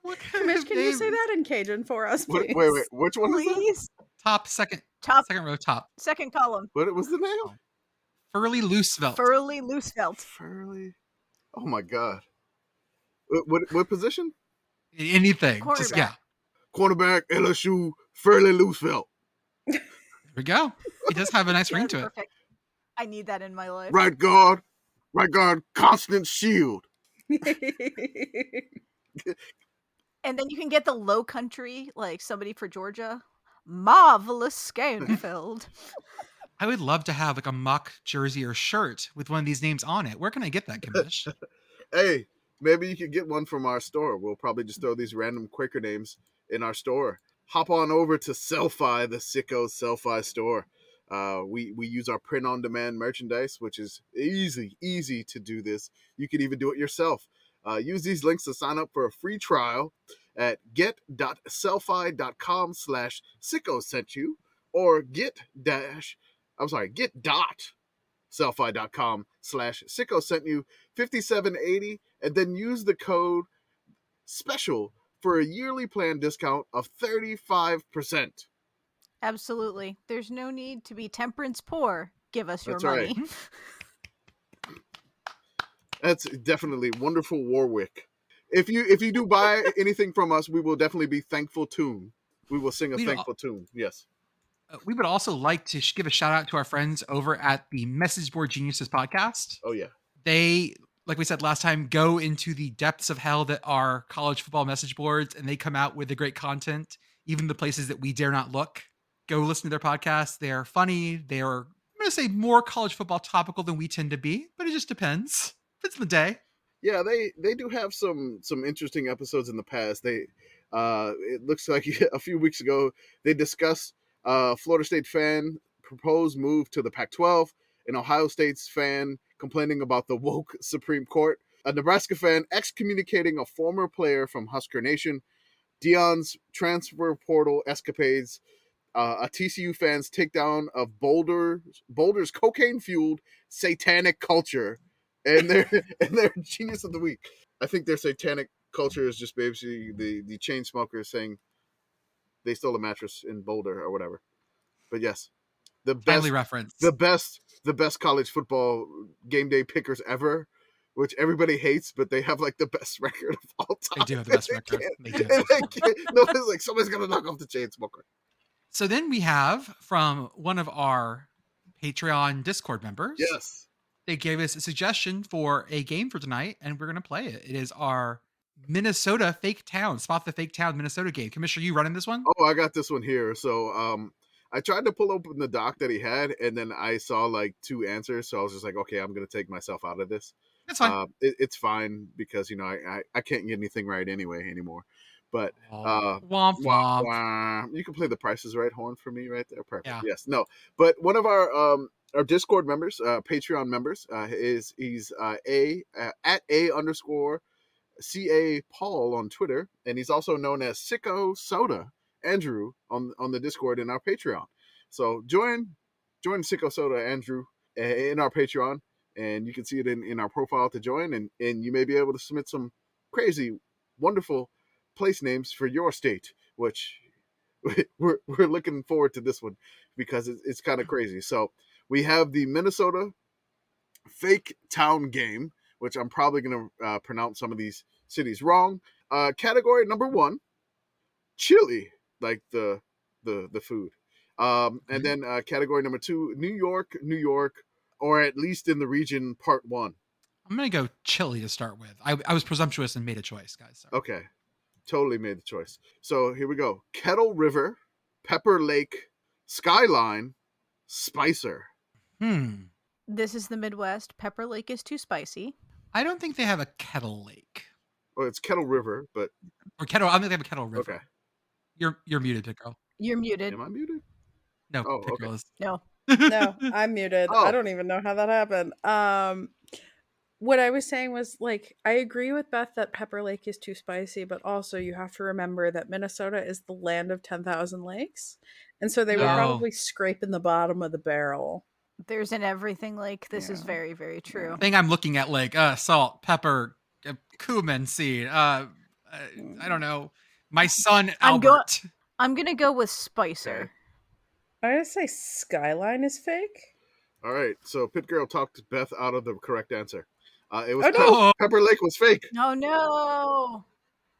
What kind
Mitch,
of
can you say
name?
that in Cajun for us,
Wait,
please?
wait, wait. Which one was that?
Please.
Top second
Top
second row top.
second column.
What was the name?
Furley Loosevelt.
Furley Loosevelt.
Furley. Oh my god. What what, what position?
Anything. Just yeah.
Quarterback.
Cornerback LSU Furley Loosevelt.
There we go. He does have a nice ring
That's
to it.
perfect. I need that in my life.
Right guard. Right guard Constant Shield.
[laughs]
And then you can get the low country, like somebody for Georgia.
[laughs]
Marvelous Scanfield.
I would love to have like a mock jersey or shirt with one of these names on it. Where can I get that, Kamish?
hey, maybe you could get one from our store. We'll probably just throw these random Quaker names in our store. Hop on over to Selfie, the Sicko Selfie store. Uh, we we use our print on demand merchandise, which is easy, easy to do this. You can even do it yourself. Uh, use these links to sign up for a free trial at get.selfie.com slash sicko sent you or get dash I'm sorry, get dot selfie.com slash sicko sent you 5780 and then use the code special for a yearly plan discount of 35%.
Absolutely. There's no need to be temperance poor. Give us your
That's right.
money. [laughs]
That's definitely wonderful Warwick. If you if you do buy anything from us, we will definitely be thankful tune. We will sing a
We will-
thankful tune. Yes.
Uh, we would also like to sh- give a shout out to our friends over at the Message Board Geniuses podcast.
Oh yeah.
They, like we said last time, go into the depths of hell that are college football message boards and they come out with the great content, even the places that we dare not look. Go listen to their podcast. They are funny. They are, I'm going to say, more college football topical than we tend to be, but it just depends. It's the day.
Yeah, they they do have some some interesting episodes in the past. They uh it looks like [laughs] a few weeks ago they discussed uh Florida State fan proposed [laughs] move to the Pac-12 and Ohio State's fan complaining about the woke Supreme Court. a Nebraska fan excommunicating a former player from Husker Nation, Dion's transfer portal escapades, uh, a TCU fan's takedown of Boulder Boulder's cocaine fueled satanic culture, and their [laughs] and their genius of the week. I think their satanic culture is just basically the the chain smokers saying they stole a mattress in Boulder or whatever. But yes, the best
Highly referenced.
the best the best college football game day pickers ever, which everybody hates, but they have like the best [laughs] record of all
They
time.
do have the best
[laughs] They
record.
can't-
They do.
and they can't- no, it's like somebody's gonna knock off the chain smoker.
So then we have from one of our Patreon Discord members.
Yes.
They gave us a suggestion for a game for tonight, and we're gonna play it. It is our Minnesota fake town, spot the fake town Minnesota game. Commissioner, you running this one?
Oh, I got this one here. So, um, I tried to pull open the doc that he had, and then I saw like two answers. So I was just like, okay, I'm gonna take myself out of this.
That's fine.
Uh, it, it's fine because you know I, I I can't get anything right anyway anymore. But
Oh,
uh,
womp
Wah,
womp.
wah. You can play the prices right horn for me right there. Perfect.
Yeah.
Yes. No. But one of our um our Discord members, uh Patreon members, uh is he's uh A uh, at A underscore C A Paul on Twitter, and he's also known as Sicko Soda Andrew on on the Discord in our Patreon. So join join Sicko Soda Andrew uh, in our Patreon, and you can see it in, in our profile to join, and and you may be able to submit some crazy, wonderful place names for your state, which [laughs] we're, we're looking forward to this one because it's, it's kind of crazy. So we have the Minnesota fake town game, which I'm probably going to uh, pronounce some of these cities wrong. Uh, category number one, chili, like the the the food. Um, and then uh, category number two, New York, New York, or at least in the region, part one.
I'm gonna go chili to start with. I, I was presumptuous and made a choice, guys. Sorry.
Okay. Totally made the choice. So here we go. Kettle River, Pepper Lake, Skyline, Spicer.
Hmm.
This is the Midwest. Pepper Lake is too spicy.
I don't think they have a kettle lake
Oh, it's Kettle River, but
or kettle. I don't think they have a kettle river.
okay.
You're you're muted, Pit Girl.
You're muted.
Am I muted?
No,
Oh,
Pit
okay.
Girl is [laughs]
No.
no, I'm muted.
Oh.
I don't even know how that happened. Um, what I was saying was like I agree with Beth that Pepper Lake is too spicy, but also you have to remember that Minnesota is the land of ten thousand lakes, and so they were
No.
probably scraping the bottom of the barrel.
There's an everything lake. This is
Yeah.
very, very true.
thing I'm looking at like uh, salt, pepper, uh, cumin seed. Uh, uh, I don't know. My son
I'm go-
Albert.
I'm gonna go with Spicer.
Okay.
I gotta say, skyline is fake.
All right. So Pit Girl talked Beth out of the correct answer. Uh, it was
Oh,
Pep-
no.
oh,
Pepper Lake was fake.
No, Oh, no.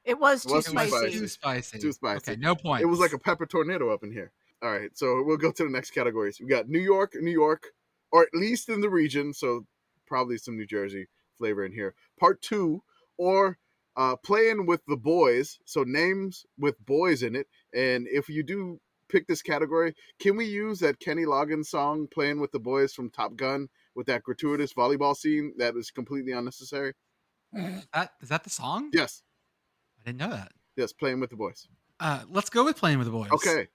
It was
It
too
was
it was
spicy.
spicy.
too spicy.
Too spicy.
Okay, no point.
It was like a pepper tornado up in here. All right. So we'll go to the next categories. We got New York, New York, or at least in the region. So probably some New Jersey flavor in here. Part two, or uh, playing with the boys. So names with boys in it. And if you do pick this category, can we use that Kenny Loggins song, Playing with the Boys from Top Gun, with that gratuitous volleyball scene that is completely unnecessary?
that, is that the song?
Yes.
I didn't know that.
Yes. Playing with the boys.
Uh, let's go with playing with the boys.
Okay.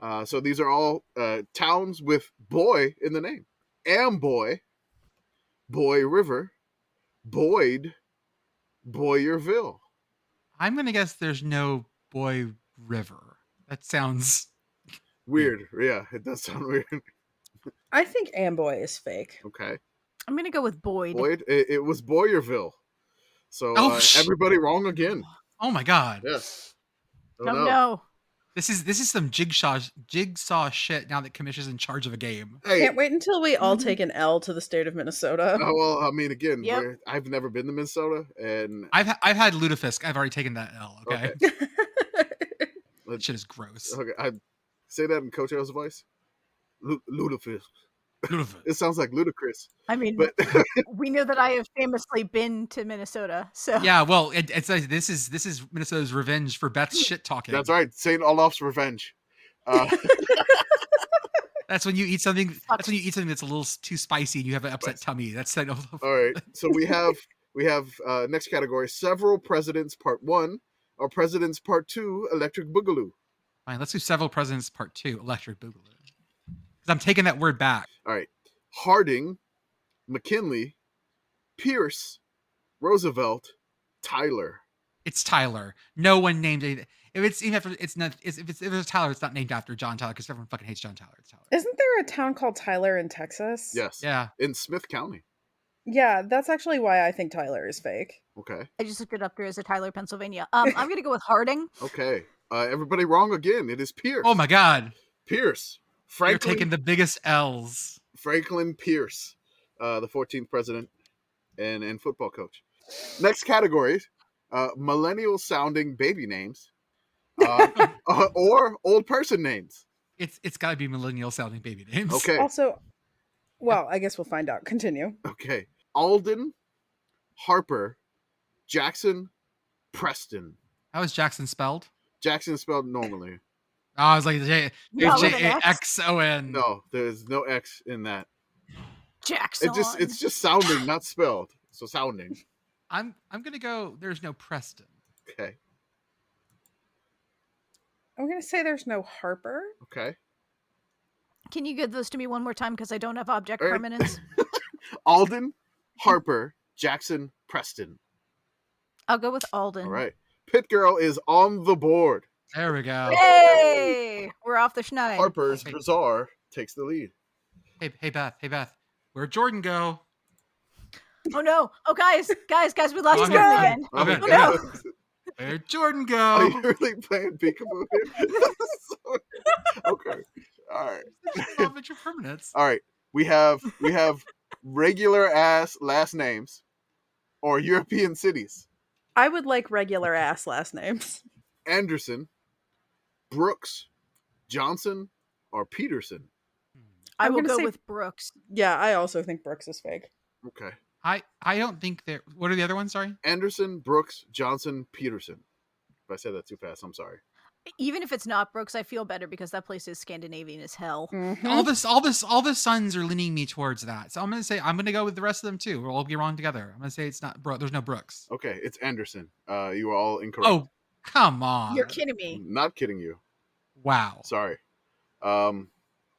Uh, so these are all uh, towns with boy in the name. Amboy, Boy River, Boyd, Boyerville.
I'm gonna guess there's no boy river. That sounds.
Weird.
Hmm.
Yeah, it does [laughs] sound weird.
I think Amboy is fake.
Okay.
I'm gonna go with Boyd.
Boyd, it, it was Boyerville. So
Oh,
uh,
sh-
everybody wrong again.
Oh my god.
Yes. Oh,
No, no.
This is this is some jigsaw jigsaw shit. Now that Commission's in charge of a game.
Hey,
Can't wait until we all
Mhm.
take an L to the state of Minnesota.
oh, well, I mean, again,
Yep.
we're, I've never been to Minnesota, and
I've ha- I've had lutefisk. I've already taken that L. Okay,
Okay.
that shit is gross.
okay, I say that in Coach L's voice. Lu- Ludafisk.
Lutefisk.
It sounds like ludicrous,
I mean, [laughs]
but [laughs]
we know that I have famously been to Minnesota, so
yeah, well, it, it's like, this is this is Minnesota's revenge for Beth's shit talking.
That's right. Saint Olaf's Revenge.
[laughs]
Uh,
That's when you eat something. That's when you eat something that's a little s- too spicy and you have an upset tummy. That's that.
all right. So we have we have uh, next category: several presidents, part one, or presidents, part two. Electric Boogaloo.
[laughs] Fine, let's do several presidents part two. Electric Boogaloo. Because I'm taking that word back.
All right. Harding, McKinley, Pierce, Roosevelt, Tyler.
It's Tyler. No one named it. If it's even after it's not it's, if it's if there's Tyler, it's not named after John Tyler because everyone fucking hates John Tyler. It's Tyler.
[laughs] Isn't there a town called Tyler in Texas?
Yes.
yeah.
In Smith County.
Yeah, that's actually why I think Tyler is fake.
Okay.
I just looked it up. There is a Tyler, Pennsylvania. Um, I'm gonna go with
[laughs]
Harding.
Okay. Uh, everybody wrong again. It is Pierce.
Oh my God.
Pierce.
You're
Franklin.
taking the biggest L's.
Franklin Pierce, uh, the 14th president and and football coach. Next category: uh, millennial sounding baby names, uh, uh, or old person names.
It's it's got to be millennial sounding baby names.
Okay.
Also, well, I guess we'll find out. Continue.
Okay. Alden, Harper, Jackson, Preston.
How is Jackson spelled?
Jackson spelled normally.
Oh, I was like J
Not with
[laughs]
an
J A X O N.
No, there's no X in that.
Jackson.
It just it's just sounding, not spelled. So sounding.
I'm I'm gonna go. There's no Preston.
Okay.
I'm gonna say there's no Harper.
Okay.
Can you give those to me one more time? Because I don't have object
All right.
permanence.
Alden, Harper, Jackson, Preston.
I'll go with Alden.
All right. Pit Girl is on the board.
There we go.
Hey, we're off the schneid.
Harper's
Okay.
Bazaar takes the lead.
Hey hey Beth. Hey Beth. Where'd Jordan go?
Oh no! Oh guys, guys, guys, we lost
Oh,
his
I'm
name
here.
again.
Oh,
my
good.
God.
Where'd Jordan
Are
go?
you [laughs] really playing peekaboo here? [laughs] okay. All right.
Love at your permanence.
All right. We have we have regular ass last names or European cities.
I would like regular ass last names. [laughs]
Anderson, Brooks, Johnson, or Peterson.
I
I'm
will
gonna
go
say-
with Brooks.
Yeah, I also think Brooks is fake.
Okay.
I I don't think there. What are the other ones? Sorry.
Anderson, Brooks, Johnson, Peterson. If I said that too fast, I'm sorry.
Even if it's not Brooks, I feel better because that place is Scandinavian as hell.
Mm-hmm. Oh,
All this, all this, all the sons are leaning me towards that. So I'm gonna say I'm gonna go with the rest of them too. We'll all be wrong together. I'm gonna say it's not Bro. There's no Brooks.
Okay, it's Anderson. Uh, you are all incorrect.
Oh, come on.
You're kidding me.
not kidding you.
Wow.
Sorry. Um,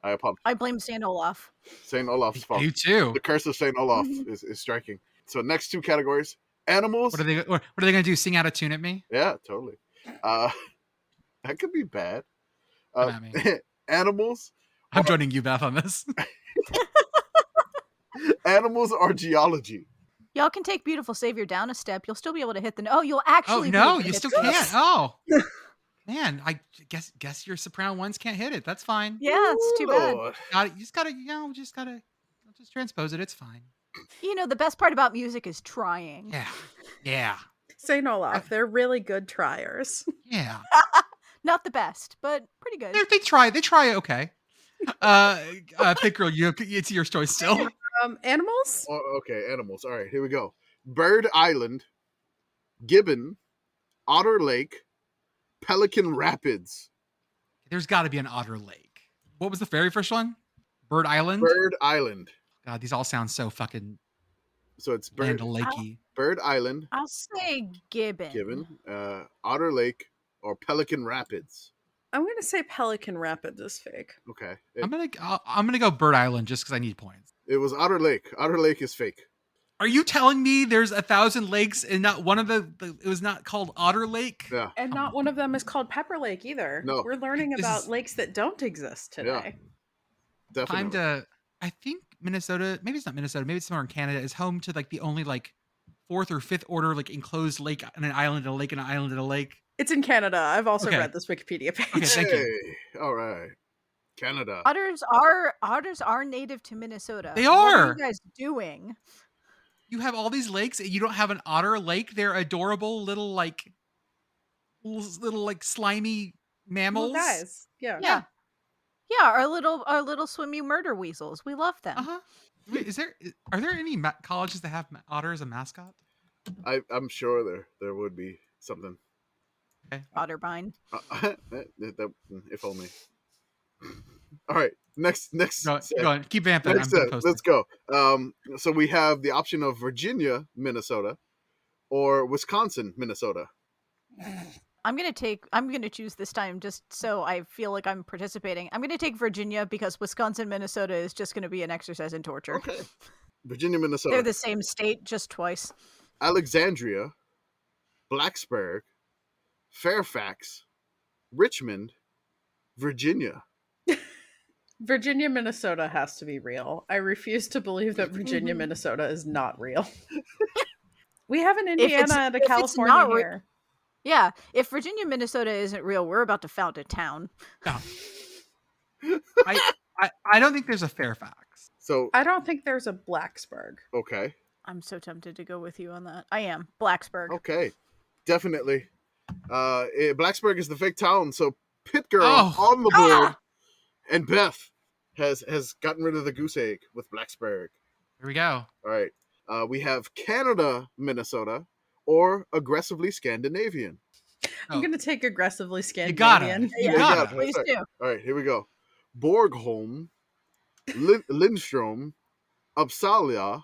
I apologize.
I blame San Olaf.
Saint Olaf's fault.
You too.
The curse of
[laughs]
Saint Olaf is, is striking. So next two categories: animals.
What are they? What what are they gonna do? Sing out of tune at me?
yeah, totally. Uh, [laughs] that could be bad. [laughs]
Come
Uh,
at me.
animals,
I'm joining you, Beth, on this.
animals are geology.
Y'all can take beautiful savior down a step. You'll still be able to hit the. Oh, you'll actually.
Oh
be
no,
able to
you
hit
still
the- [laughs]
can't. Oh man, I guess guess your soprano ones can't hit it. That's fine.
Yeah, it's too bad.
Lord.
Got it. You just gotta, you know, just gotta just transpose it. It's fine.
You know the best part about music is trying.
Yeah, yeah, [laughs]
Saint Olaf, they're really good triers.
yeah.
Not the best, but pretty good.
They, they try. They try. Okay. Uh, uh pick girl, you it's your choice still.
Um, animals?
Oh, okay, animals. All right, here we go. Bird Island, Gibbon, Otter Lake, Pelican Rapids.
There's got to be an Otter Lake. What was the very first one? Bird Island.
Bird Island.
God, these all sound so fucking
So it's Bird
land lakey.
Bird Island,
I'll say Gibbon.
Gibbon, uh, Otter Lake, or Pelican Rapids.
I'm gonna say Pelican Rapids is fake.
Okay,
I'm
it,
gonna I'll- I'm gonna go Bird Island just because I need points.
it was Otter Lake. Otter Lake is fake.
Are you telling me there's a thousand lakes and not one of the, the it was not called Otter Lake?
Yeah,
And
Come
not one of them is called Pepper Lake either.
No.
We're learning
This
about
is-
lakes that don't exist
Yeah.
today.
definitely.
Time to I think Minnesota, maybe it's not Minnesota, maybe it's somewhere in Canada, is home to like the only like fourth or fifth order like enclosed lake and an island and a lake and an island and a lake.
It's in Canada. I've also
Okay.
read this Wikipedia page. [laughs]
Okay, thank you.
Hey, All right, Canada.
Otters are otters are native to Minnesota.
They
What are
are.
you guys doing?
You have all these lakes and you don't have an otter lake. They're adorable little like little, little like slimy mammals.
Little guys. Yeah.
Yeah. Yeah, our little our little swimmy murder weasels. We love them.
Uh-huh. Wait, is there i- are there any ma- colleges that have ma- otter as a mascot?
I, I'm sure there there would be something.
Otterbein.
Uh, [laughs] that- that- mm, if only. All right, next next.
Go,
set.
go on, keep vamping. I'm
Next
gonna
up,
post
let's go. Um, so we have the option of Virginia, Minnesota, or Wisconsin, Minnesota.
I'm gonna take I'm gonna choose this time just so I feel like I'm participating. I'm gonna take Virginia because Wisconsin, Minnesota is just gonna be an exercise in torture.
Okay. Virginia, Minnesota.
They're the same state, just twice.
Alexandria, Blacksburg, Fairfax, Richmond, Virginia.
Virginia, Minnesota has to be real. I refuse to believe that Virginia,
Mhm.
Minnesota is not real. [laughs] we have an
it's-
Indiana and a
if it's
California
not re-
here.
Yeah, if Virginia, Minnesota isn't real, we're about to found a town.
I, I I don't think there's a Fairfax.
So
I don't think there's a Blacksburg.
okay,
I'm so tempted to go with you on that. I am Blacksburg.
okay, definitely. Uh, eh, Blacksburg is the fake town. So Pit Girl
Oh.
on the board,
Ah!
and Beth has has gotten rid of the goose egg with Blacksburg.
Here we go.
All right. Uh, we have Canada, Minnesota, or aggressively Scandinavian.
Oh.
I'm gonna take aggressively
You gotta.
Scandinavian.
You
Yeah.
gotta.
Yeah.
Please do.
All right, here we go. Borgholm, Lin- Lindstrom, Uppsala,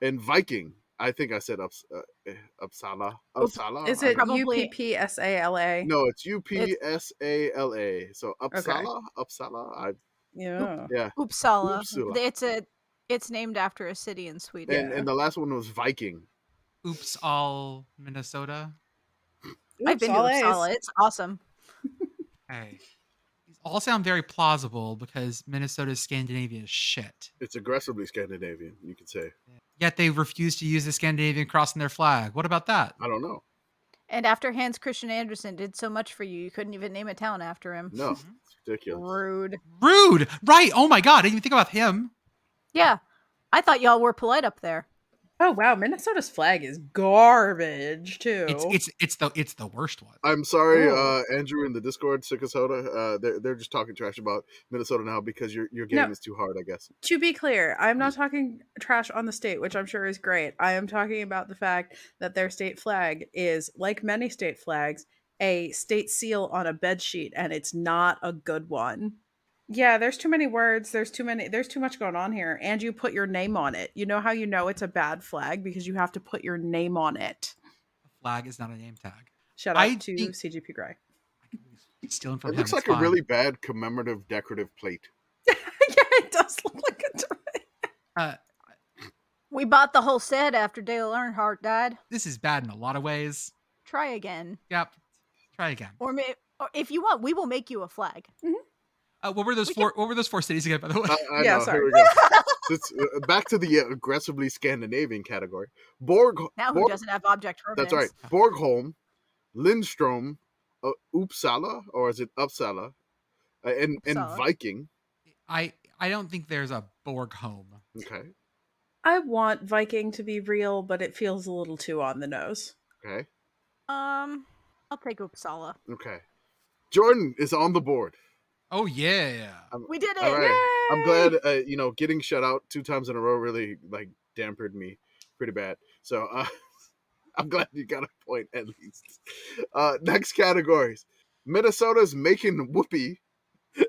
and Viking. I think I said Ups- uh, eh, Uppsala.
Ups-
Uppsala.
Is
I
it
don't-
Probably-
U P P S A L A?
No, it's U P S A L A. So Uppsala, Uppsala. I,
Yeah.
Uppsala.
Uppsala.
It's a. It's named after a city in Sweden.
and, and the last one was Viking.
Oops, all Minnesota.
I've been to
Oops, all A's.
Uppsala. It's awesome.
Hey, these all sound very plausible because Minnesota's Scandinavian is shit.
It's aggressively Scandinavian, you could say.
Yet they refuse to use the Scandinavian cross in their flag. What about that?
I don't know.
And after Hans Christian Andersen did so much for you, you couldn't even name a town after him.
No,
Mhm.
it's ridiculous.
Rude.
Rude, right? Oh my god, I didn't even think about him.
Yeah, I thought y'all were polite up there.
Oh wow, Minnesota's flag is garbage too.
It's it's it's the it's the worst one.
I'm sorry,
Ooh.
uh, Andrew in the Discord, Sikasota. Uh, they're, they're just talking trash about Minnesota now because your your game
No.
is too hard, I guess.
to be clear, I'm not talking trash on the state, which I'm sure is great. I am talking about the fact that their state flag is, like many state flags, a state seal on a bed sheet, and it's not a good one. Yeah, there's too many words. There's too many. There's too much going on here, and you put your name on it. You know how you know it's a bad flag because you have to put your name on it.
Flag is not a name tag.
Shout out
I
to
think-
CGP Grey.
Stealing from
It
him.
looks
it's
like
fine.
a really bad commemorative decorative plate.
[laughs] yeah, it does look like a.
Uh,
We bought the whole set after Dale Earnhardt died.
this is bad in a lot of ways.
Try again,
Yep. Try again.
or, may- or if you want, we will make you a flag.
Uh, what were those
We
four? What were those four cities again? By the way, [laughs]
I, I
Yeah,
know,
sorry.
Here we go. It's, uh, back to the aggressively Scandinavian category. Borg.
Now who
Borg-
doesn't have object
That's
permanence?
right. Borgholm, Lindstrom, uh, Uppsala, or is it Uppsala, uh, and and
Uppsala.
Viking.
I I don't think there's a Borg home.
Okay.
I want Viking to be real, but it feels a little too on the nose.
Okay.
Um, I'll take Uppsala.
Okay. Jordan is on the board.
Oh yeah.
We did it.
All right. I'm
Yay!
glad
[laughs]
uh, you know getting shut out two times in a row really like dampered me pretty bad. So uh, [laughs] I'm glad you got a point at least. Uh, next categories: Minnesota's making whoopee
They're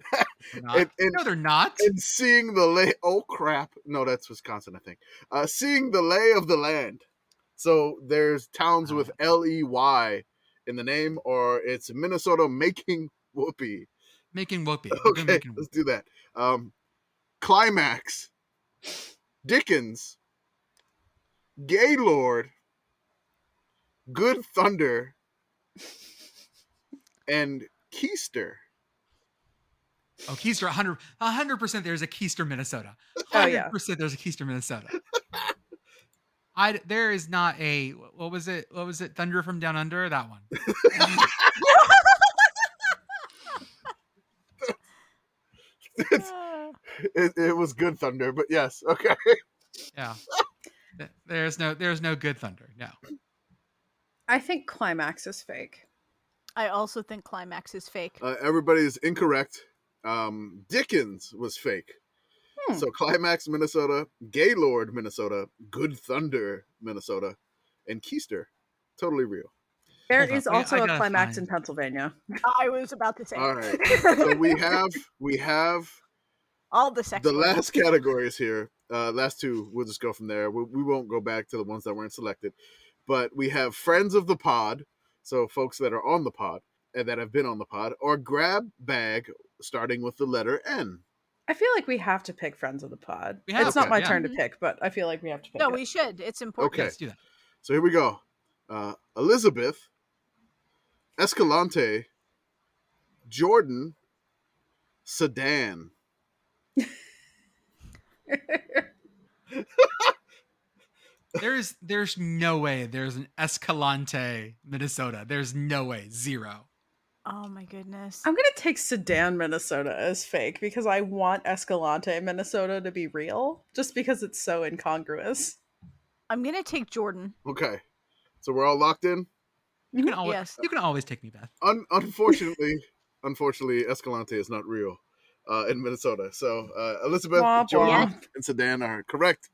not.
and, and,
no, they're not.
and seeing the lay. Oh crap! No, that's Wisconsin, I think. Uh, seeing the lay of the land. So there's towns with L E Y in the name, or it's Minnesota making whoopee.
making whoopee.
[laughs]
We're gonna
Okay,
make it
let's
whoopee.
do that. Um, climax, Dickens, Gaylord, Good Thunder, and Keister. [laughs]
Oh, Keister, 100 100 percent. There's a Keister,
[laughs]
Minnesota.
Oh,
Hundred
yeah.
percent. There's a Keister, Minnesota. I there is not a what was it? What was it? Thunder from Down Under. That one.
It's-
Uh,
It, it was Good Thunder, but yes, okay.
Yeah. Th- There's no there's no good thunder. No.
I think climax is fake.
I also think climax is fake.
[laughs] Uh, everybody is incorrect. Um, Dickens was fake.
Hmm.
So Climax, Minnesota, Gaylord, Minnesota, Good Thunder, Minnesota, and Keister. Totally real.
There
Hold
is
up, I- I
also a
gotta
climax in
find-
Pennsylvania.
I was about to say
All right.
[laughs]
so we have we have
all the sex.
the
words.
last categories here. Uh, last two, we'll just go from there. We, we won't go back to the ones that weren't selected, but we have friends of the pod, so folks that are on the pod and that have been on the pod, or grab bag starting with the letter N.
I feel like we have to pick friends of the pod.
We have
it's not
to,
my
yeah.
turn to
Mhm.
pick, but I feel like we have to pick.
No,
it.
we should. It's important.
Okay.
Let's do that.
So here we go. Uh, Elizabeth, Escalante, Jordan, Sedan.
There's there's no way there's an Escalante, Minnesota. There's no way. Zero.
Oh my goodness.
I'm gonna take Sedan, Minnesota as fake because I want Escalante, Minnesota to be real, just because it's so incongruous.
I'm gonna take Jordan.
Okay. So we're all locked in.
You can always
Yes.
you can always take me, Beth.
Un- unfortunately, unfortunately, Escalante is not real uh, in Minnesota. So uh, Elizabeth,
Womp
Jordan,
womp.
and Sedan are correct.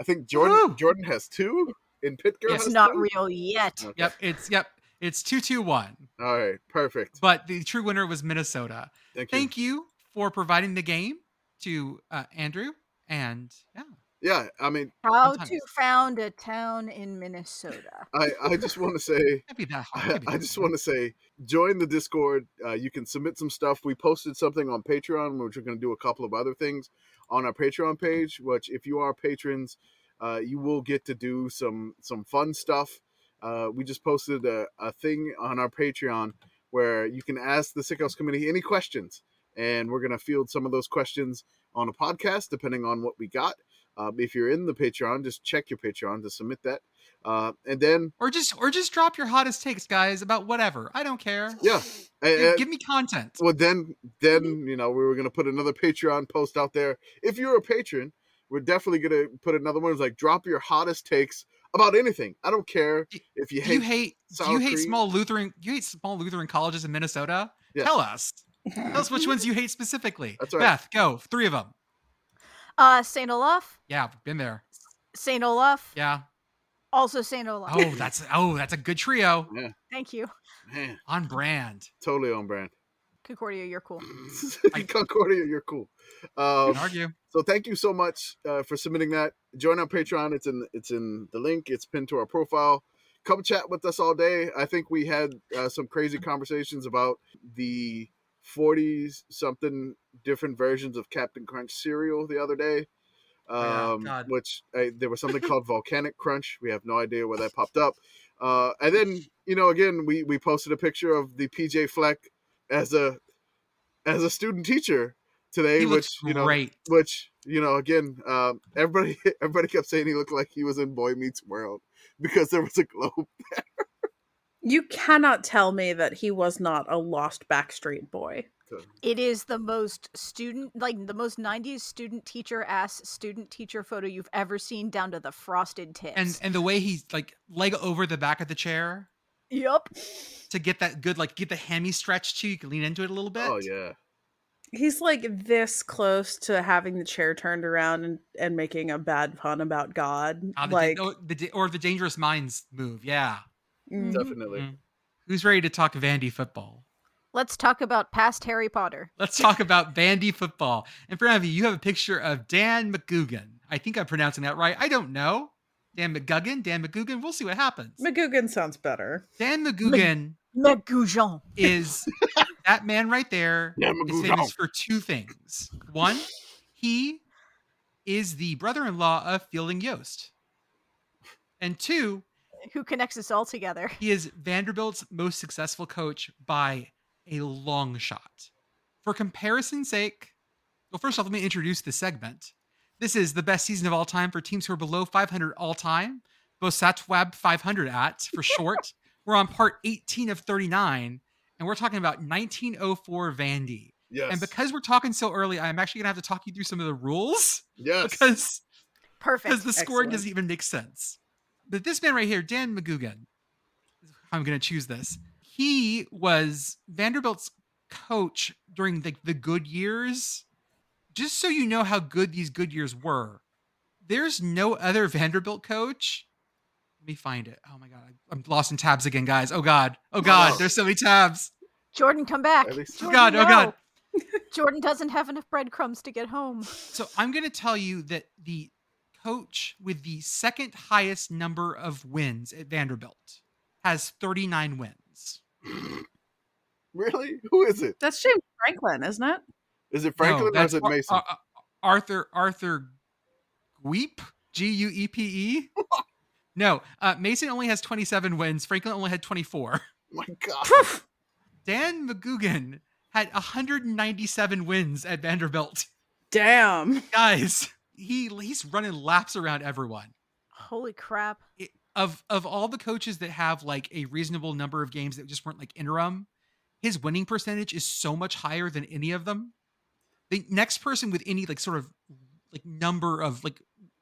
I think Jordan
Woo!
Jordan has two, and Pitcairn
Yes.
has
It's not
two?
real yet.
Okay.
Yep, it's yep, it's two two one.
All right. Perfect.
But the true winner was Minnesota.
Thank you.
Thank you for providing the game to uh, Andrew. And yeah,
Yeah. I mean,
How
Sometimes.
to found a town in Minnesota.
I, I just want to say
can't be that hard.
I,
can't be
[laughs] I
that
just
hard.
want to say, join the Discord. Uh, you can submit some stuff. We posted something on Patreon, which we're going to do a couple of other things on our Patreon page. Which, if you are patrons, uh, you will get to do some some fun stuff. Uh, we just posted a, a thing on our Patreon where you can ask the Sick House community any questions, and we're going to field some of those questions on a podcast, depending on what we got. Uh, if you're in the Patreon, just check your Patreon to submit that, uh, and then
or just or just drop your hottest takes, guys, about whatever. I don't care.
yeah.
Give-
and-
Give me content.
Well, then,
Mm-hmm.
then you know we were gonna put another Patreon post out there. If you're a patron, we're definitely gonna put another one. It's like drop your hottest takes about anything. I don't care
Do-
if you
Do you
hate.
hate do
sour
you hate
cream.
small Lutheran you hate small Lutheran colleges in Minnesota?
Yes.
Tell us. Tell us which ones you hate specifically.
That's right.
Beth, go. Three of them.
Uh Saint Olaf.
Yeah, been there.
Saint Olaf.
Yeah.
Also Saint Olaf.
Oh, that's oh, that's a good trio.
[laughs] Thank you.
Man,
On brand.
totally on brand. [laughs]
Concordia, you're cool.
I-
Concordia, you're cool.
Can
Um,
argue.
so thank you so much uh, for submitting that. Join our Patreon. It's in it's in the link. It's pinned to our profile. Come chat with us all day. I think we had uh, some crazy conversations about the 40s something different versions of Captain Crunch cereal the other day.
Oh, yeah,
Um,
God.
which uh, there was
[laughs]
something called Volcanic Crunch. We have no idea where that popped up. Uh, and then you know again we we posted a picture of the PJ Fleck as a as a student teacher today,
He
which
looks
you know
great.
which you know again um, everybody [laughs] everybody kept saying he looked like he was in boy meets world because there was a globe
[laughs] You cannot tell me that he was not a lost Backstreet Boy.
It is the most student, like the most 90s student teacher ass student teacher photo you've ever seen, down to the frosted tips.
And and the way he's like leg over the back of the chair
yep.
to get that good, like get the hammy stretch too. You can lean into it a little bit.
oh yeah
He's like this close to having the chair turned around and, and making a bad pun about God.
Ah, the, da-
like,
oh, the da- or the dangerous minds move. Yeah.
mm.
definitely
Mhm. Who's ready to talk Vandy football?
Let's talk about past Harry Potter.
Let's talk about Vandy football. In front of you, you have a picture of Dan McGugan. I think I'm pronouncing that right. I don't know. Dan McGugan, Dan McGugan. We'll see what happens.
McGugan sounds better.
Dan McGugan
Megoujon.
is that man right there
yeah
is famous for two things. One, he is the brother-in-law of Fielding Yost. And two,
Who connects us all together? [laughs]
he is Vanderbilt's most successful coach by a long shot. For comparison's sake, well, first off, let me introduce the segment. This is the best season of all time for teams who are below 500 all time. Bosatwab 500 at for short. we're on part 18 of 39, and we're talking about 1904 Vandy.
yes
And because we're talking so early, I'm actually gonna have to talk you through some of the rules
yes
because
Perfect.
because the score
Excellent.
doesn't even make sense. But this man right here, Dan McGugan, I'm going to choose this. He was Vanderbilt's coach during the, the good years. Just so you know how good these good years were, there's no other Vanderbilt coach. Let me find it. Oh my God. I'm lost in tabs again, guys. Oh God. Oh
no.
God. There's so many tabs.
Jordan, come back.
At least-
Oh God. Oh God.
no. Jordan doesn't have enough breadcrumbs to get home.
So I'm going to tell you that the coach with the second highest number of wins at Vanderbilt has 39 wins.
[laughs] really who is it
That's James Franklin, isn't it?
is it
No,
franklin or
that's uh,
is it
Ar-
mason
Ar- Ar-
[laughs]
Arthur Arthur Gueep G U E P E. No, uh, Mason only has 27 wins. Franklin only had 24.
Oh My God.
[laughs] Dan McGugan had 197 wins at Vanderbilt. [laughs]
Damn.
Guys, he he's running laps around everyone.
Holy crap.
it, of of all the coaches that have like a reasonable number of games that just weren't like interim, his winning percentage is so much higher than any of them. The next person with any like sort of like number of like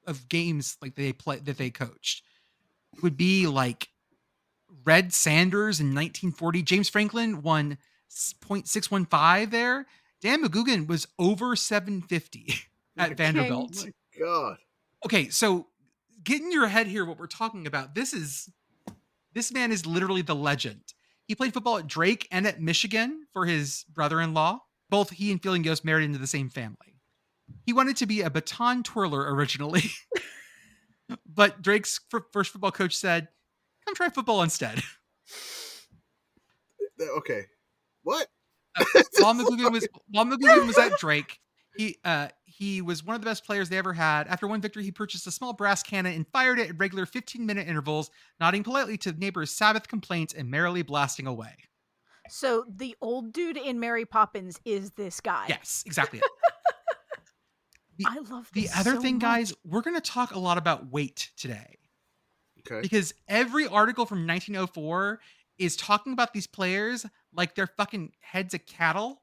of games like they play that they coached would be like Red Sanders in 1940. James Franklin won s- 0.615 there. Dan McGugan was over 750 [laughs] at Vanderbilt
My God.
okay so get in your head here what we're talking about this is this man is literally the legend he played football at drake and at michigan for his brother-in-law both he and fielding ghost married into the same family he wanted to be a baton twirler originally [laughs] but drake's fir- first football coach said come try football instead
Th- Okay. What?
while McGugan was while McGugan was at Drake, he uh he was one of the best players they ever had. After one victory, he purchased a small brass cannon and fired it at regular 15-minute intervals, nodding politely to neighbors' Sabbath complaints and merrily blasting away.
So the old dude in Mary Poppins is this guy.
Yes, exactly.
[laughs]
it. the-
I love
The
this
other
so
thing,
much.
guys, we're gonna talk a lot about weight today
Okay.
because every article from 1904 is talking about these players like they're fucking heads of cattle.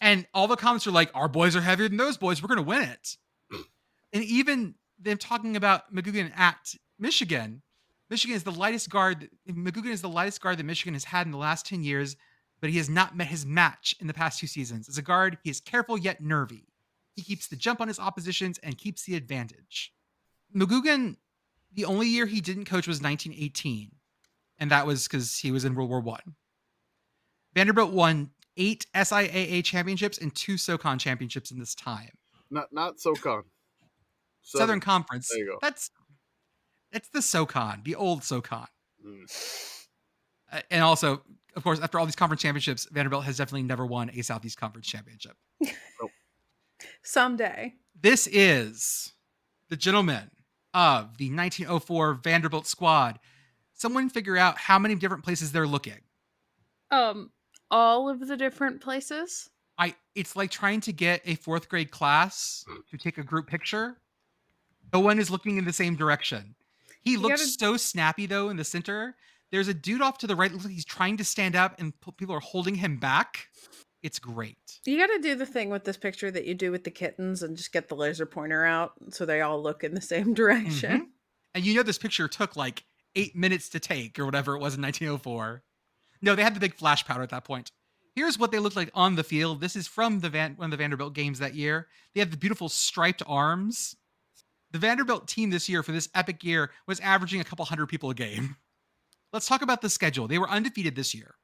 And all the comments are like, our boys are heavier than those boys. We're going to win it. and even them talking about McGugan at Michigan. Michigan is the lightest guard. McGugan is the lightest guard that Michigan has had in the last 10 years, but he has not met his match in the past two seasons. As a guard, he is careful yet nervy. He keeps the jump on his oppositions and keeps the advantage. McGugan, the only year he didn't coach was 1918, and that was because he was in World War One. Vanderbilt won eight SIAA championships and two SoCon championships in this time.
Not not SoCon.
Southern Conference.
There you go.
That's that's the SoCon, the old SoCon.
Mm.
Uh, and also, of course, after all these conference championships, Vanderbilt has definitely never won a Southeast Conference championship.
Someday.
This is the gentleman of the 1904 Vanderbilt squad. Someone figure out how many different places they're looking.
Um, all of the different places.
I it's like trying to get a fourth grade class to take a group picture. No one is looking in the same direction. He looks
gotta-
so snappy though in the center. There's a dude off to the right. Looks like he's trying to stand up, and p- people are holding him back. It's great.
You got to do the thing with this picture that you do with the kittens and just get the laser pointer out so they all look in the same [laughs] direction.
Mhm. And you know this picture took like eight minutes to take, or whatever it was in 1904. No, they had the big flash powder at that point. Here's what they looked like on the field. This is from the Van, one of the Vanderbilt games that year. They had the beautiful striped arms. The Vanderbilt team this year for this epic year was averaging a couple hundred people a game. [laughs] Let's talk about the schedule. They were undefeated this year.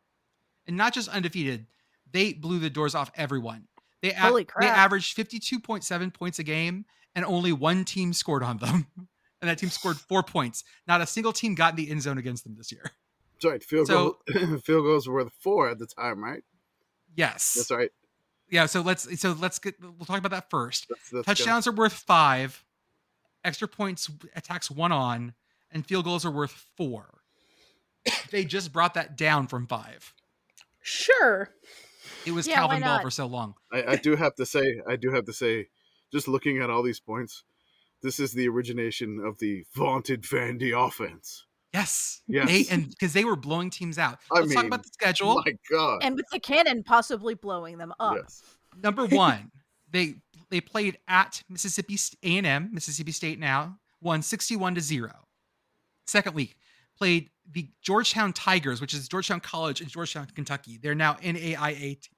And not just undefeated, they blew the doors off everyone. They, a-
Holy
they
crap.
averaged 52.7 points a game, and only one team scored on them. [laughs] And that team scored four points. Not a single team got in the end zone against them this year.
That's right. Field
So-
goal. [laughs] field goals were the four at the time, right?
Yes.
That's right.
Yeah, so let's so let's get we'll talk about that first.
That's, that's kinda-
Touchdowns are worth five, extra points attacks one on, and field goals are worth four. they just brought that down from five.
Sure.
It was
Yeah, why
Calvin Ball
not?
for so long.
I, I do have to say, I do have to say, just looking at all these points, this is the origination of the vaunted Vandy offense.
Yes.
Yes.
They and because they were blowing teams out.
I
Let's talk about
mean,
the schedule.
My God.
And with the cannon possibly blowing them up.
Yes.
Number one, they they played at Mississippi A and M, Mississippi State now won sixty one to zero. Second week played the Georgetown Tigers, which is Georgetown College in Georgetown, Kentucky. They're now NAIA t-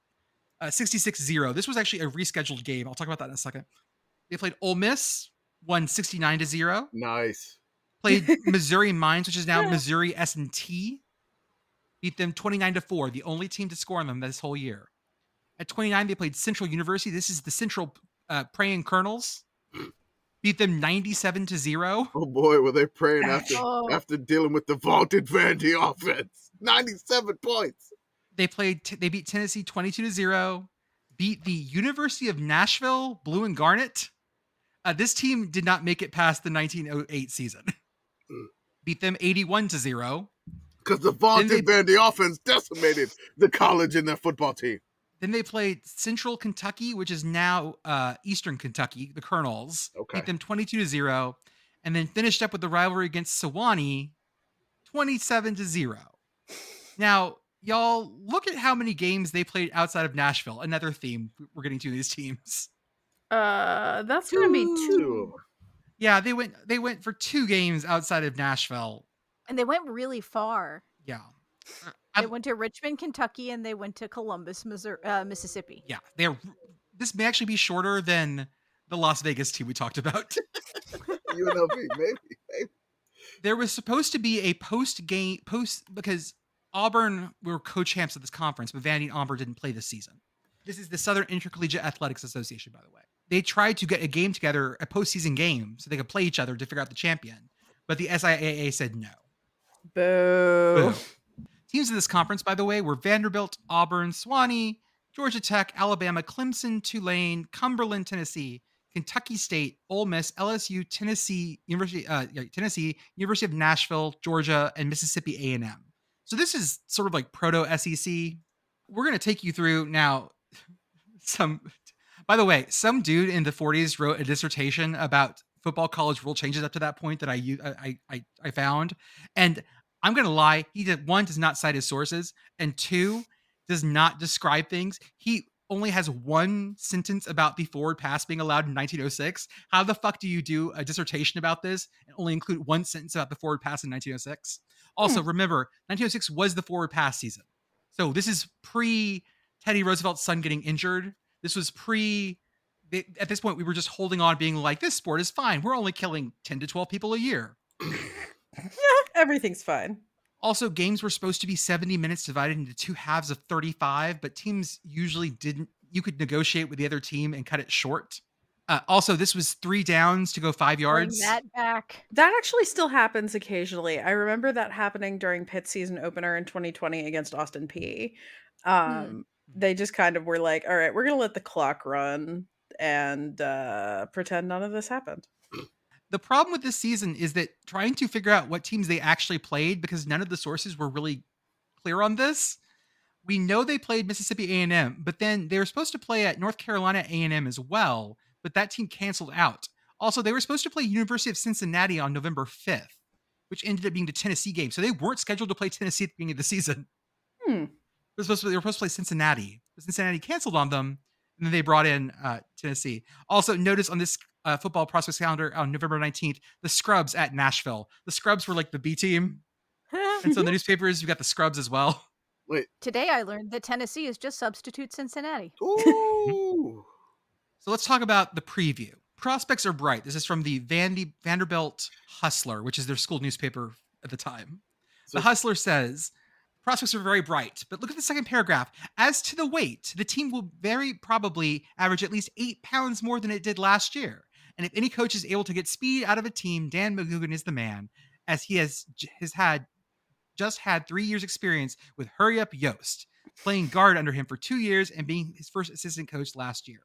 uh, 66-0. This was actually a rescheduled game. I'll talk about that in a second. They played Ole Miss, won 69 to 0
Nice.
played Missouri Mines, which is now Missouri S and T. Beat them twenty nine to four, the only team to score on them this whole year. At twenty nine, they played Central University. This is the Central uh, Praying Colonels. Beat them ninety seven to zero.
Oh boy, were they praying after
Oh.
after dealing with the vaunted Vandy offense? Ninety-seven points.
They played. T- they beat Tennessee twenty two to zero. Beat the University of Nashville Blue and Garnet. Uh, this team did not make it past the nineteen oh eight season. beat them 81 to 0.
Because the vaunted
they-
Vandy offense decimated the college and their football team.
Then they played Central Kentucky, which is now uh, Eastern Kentucky, the Colonels.
Okay.
Beat them 22 to 0 and then finished up with the rivalry against Sewanee 27 to 0. Now, y'all, look at how many games they played outside of Nashville. Another theme we're getting to these teams.
Uh, that's gonna be
Two of
two.
'em.
Yeah, they went they went for two games outside of Nashville.
And they went really far.
Yeah.
They
I've-
went to Richmond, Kentucky, and they went to Columbus, Missouri, uh, Mississippi.
Yeah. They're this may actually be shorter than the Las Vegas team we talked about.
UNLV, maybe.
there was supposed to be a post game post because Auburn were co-champs of this conference, but Vandy and Auburn didn't play this season. This is the Southern Intercollegiate Athletics Association, by the way. They tried to get a game together, a postseason game, so they could play each other to figure out the champion, but the SIAA said no.
Boo.
Teams in this conference, by the way, were Vanderbilt, Auburn, Swanee, Georgia Tech, Alabama, Clemson, Tulane, Cumberland, Tennessee, Kentucky State, Ole Miss, LSU, Tennessee, University, uh, yeah, Tennessee, University of Nashville, Georgia, and Mississippi A and M. So this is sort of like proto SEC. We're gonna take you through now. [laughs] Some, by the way, some dude in the 40s wrote a dissertation about football college rule changes up to that point that I u- I I, I found, and I'm gonna lie. He did one does not cite his sources, and two does not describe things. He only has one sentence about the forward pass being allowed in 1906. How the fuck do you do a dissertation about this and only include one sentence about the forward pass in 1906? Also, remember 1906 was the forward pass season, so this is pre Teddy Roosevelt's son getting injured. This was pre. they- At this point, we were just holding on, being like, "This sport is fine. We're only killing 10 to 12 people a year."
[laughs] Everything's fine.
Also, games were supposed to be 70 minutes divided into two halves of 35, but teams usually didn't. You could negotiate with the other team and cut it short. Uh, also, this was three downs to go five
Bring
yards.
that back.
That actually still happens occasionally. I remember that happening during Pitt season opener in 2020 against Austin P.
Hmm.
Um, They just kind of were like, all right, we're going to let the clock run and uh, pretend none of this happened.
The problem with this season is that trying to figure out what teams they actually played because none of the sources were really clear on this. We know they played Mississippi A&M, but then they were supposed to play at North Carolina A&M as well, but that team canceled out. Also, they were supposed to play University of Cincinnati on November 5th, which ended up being the Tennessee game. So they weren't scheduled to play Tennessee at the beginning of the season. They
Hmm.
were supposed to, they were supposed to play Cincinnati. But Cincinnati canceled on them, and then they brought in uh, Tennessee. Also, notice on this uh, football prospects calendar on November 19th, the Scrubs at Nashville. The Scrubs were like the B team. And so in the newspapers, you got the Scrubs as well.
Today I learned that Tennessee is just substitute Cincinnati.
Ooh.
So let's talk about the preview. Prospects are bright. This is from the Vandy, Vanderbilt Hustler, which is their school newspaper at the time.
So-
the Hustler says, prospects are very bright, but look at the second paragraph. As to the weight, the team will very probably average at least eight pounds more than it did last year. And if any coach is able to get speed out of a team, Dan McGugan is the man, as he has j- has had just had three years experience with Hurry Up Yost, playing guard under him for two years and being his first assistant coach last year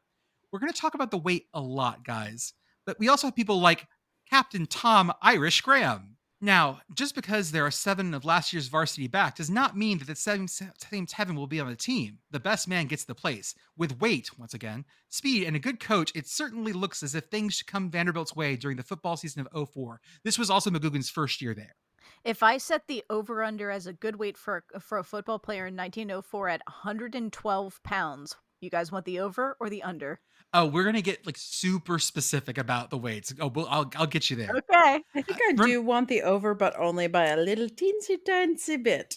we're going to talk about the weight a lot, guys. But we also have people like Captain Tom Irish Graham. Now, just because there are seven of last year's varsity back does not mean that the same, same seven will be on the team. The best man gets the place. With weight, once again, speed, and a good coach, it certainly looks as if things should come Vanderbilt's way during the football season of 04. This was also McGugan's first year there.
If I set the over under as a good weight for a, for a football player in 1904 at 112 pounds, you guys want the over or
[laughs]
the under?
Oh, we're going to get like super specific about the weights. Oh, well, I'll, I'll get you there.
Okay.
[laughs] I think
Uh,
I
rem-
do want the over, but only by a little teensy tiny bit.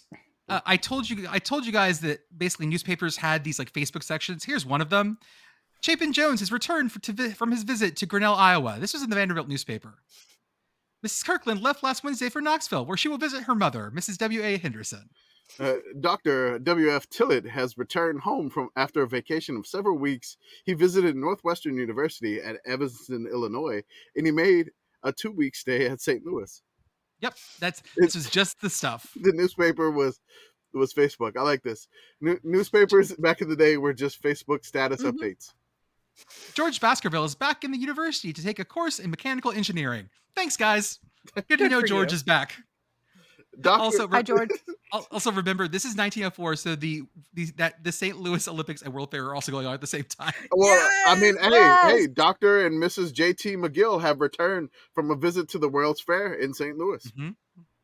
uh, I told you I told you guys that basically newspapers had these like Facebook sections. Here's one of them. Chapin Jones has returned for, to vi- from his visit to Grinnell, Iowa. This was in the Vanderbilt newspaper. Mrs. Kirkland left last Wednesday for Knoxville, where she will visit her mother, Mrs. W. A. Henderson.
Uh, Dr. W.F. Tillett has returned home from after a vacation of several weeks. He visited Northwestern University at Evanston, Illinois, and he made a two week stay at St. Louis.
Yep, that's this was just the stuff.
The newspaper was was Facebook. I like this. New-
[laughs]
newspapers back in the day were just Facebook status
Mm-hmm.
Mhm.
updates.
George Baskerville is back in the university to take a course in mechanical engineering. Thanks, guys. Good to
Good
know
for
George
you.
is back.
Doctor,
Also, [laughs]
Hi, George.
al- also remember this is 1904, so the, the that the St. Louis Olympics and World Fair are also going on at the same time.
oh, well, I mean,
Yes,
hey,
yes.
hey, Doctor and Mrs. J.T. McGill have returned from a visit to the World's Fair in St. Louis.
Mhm.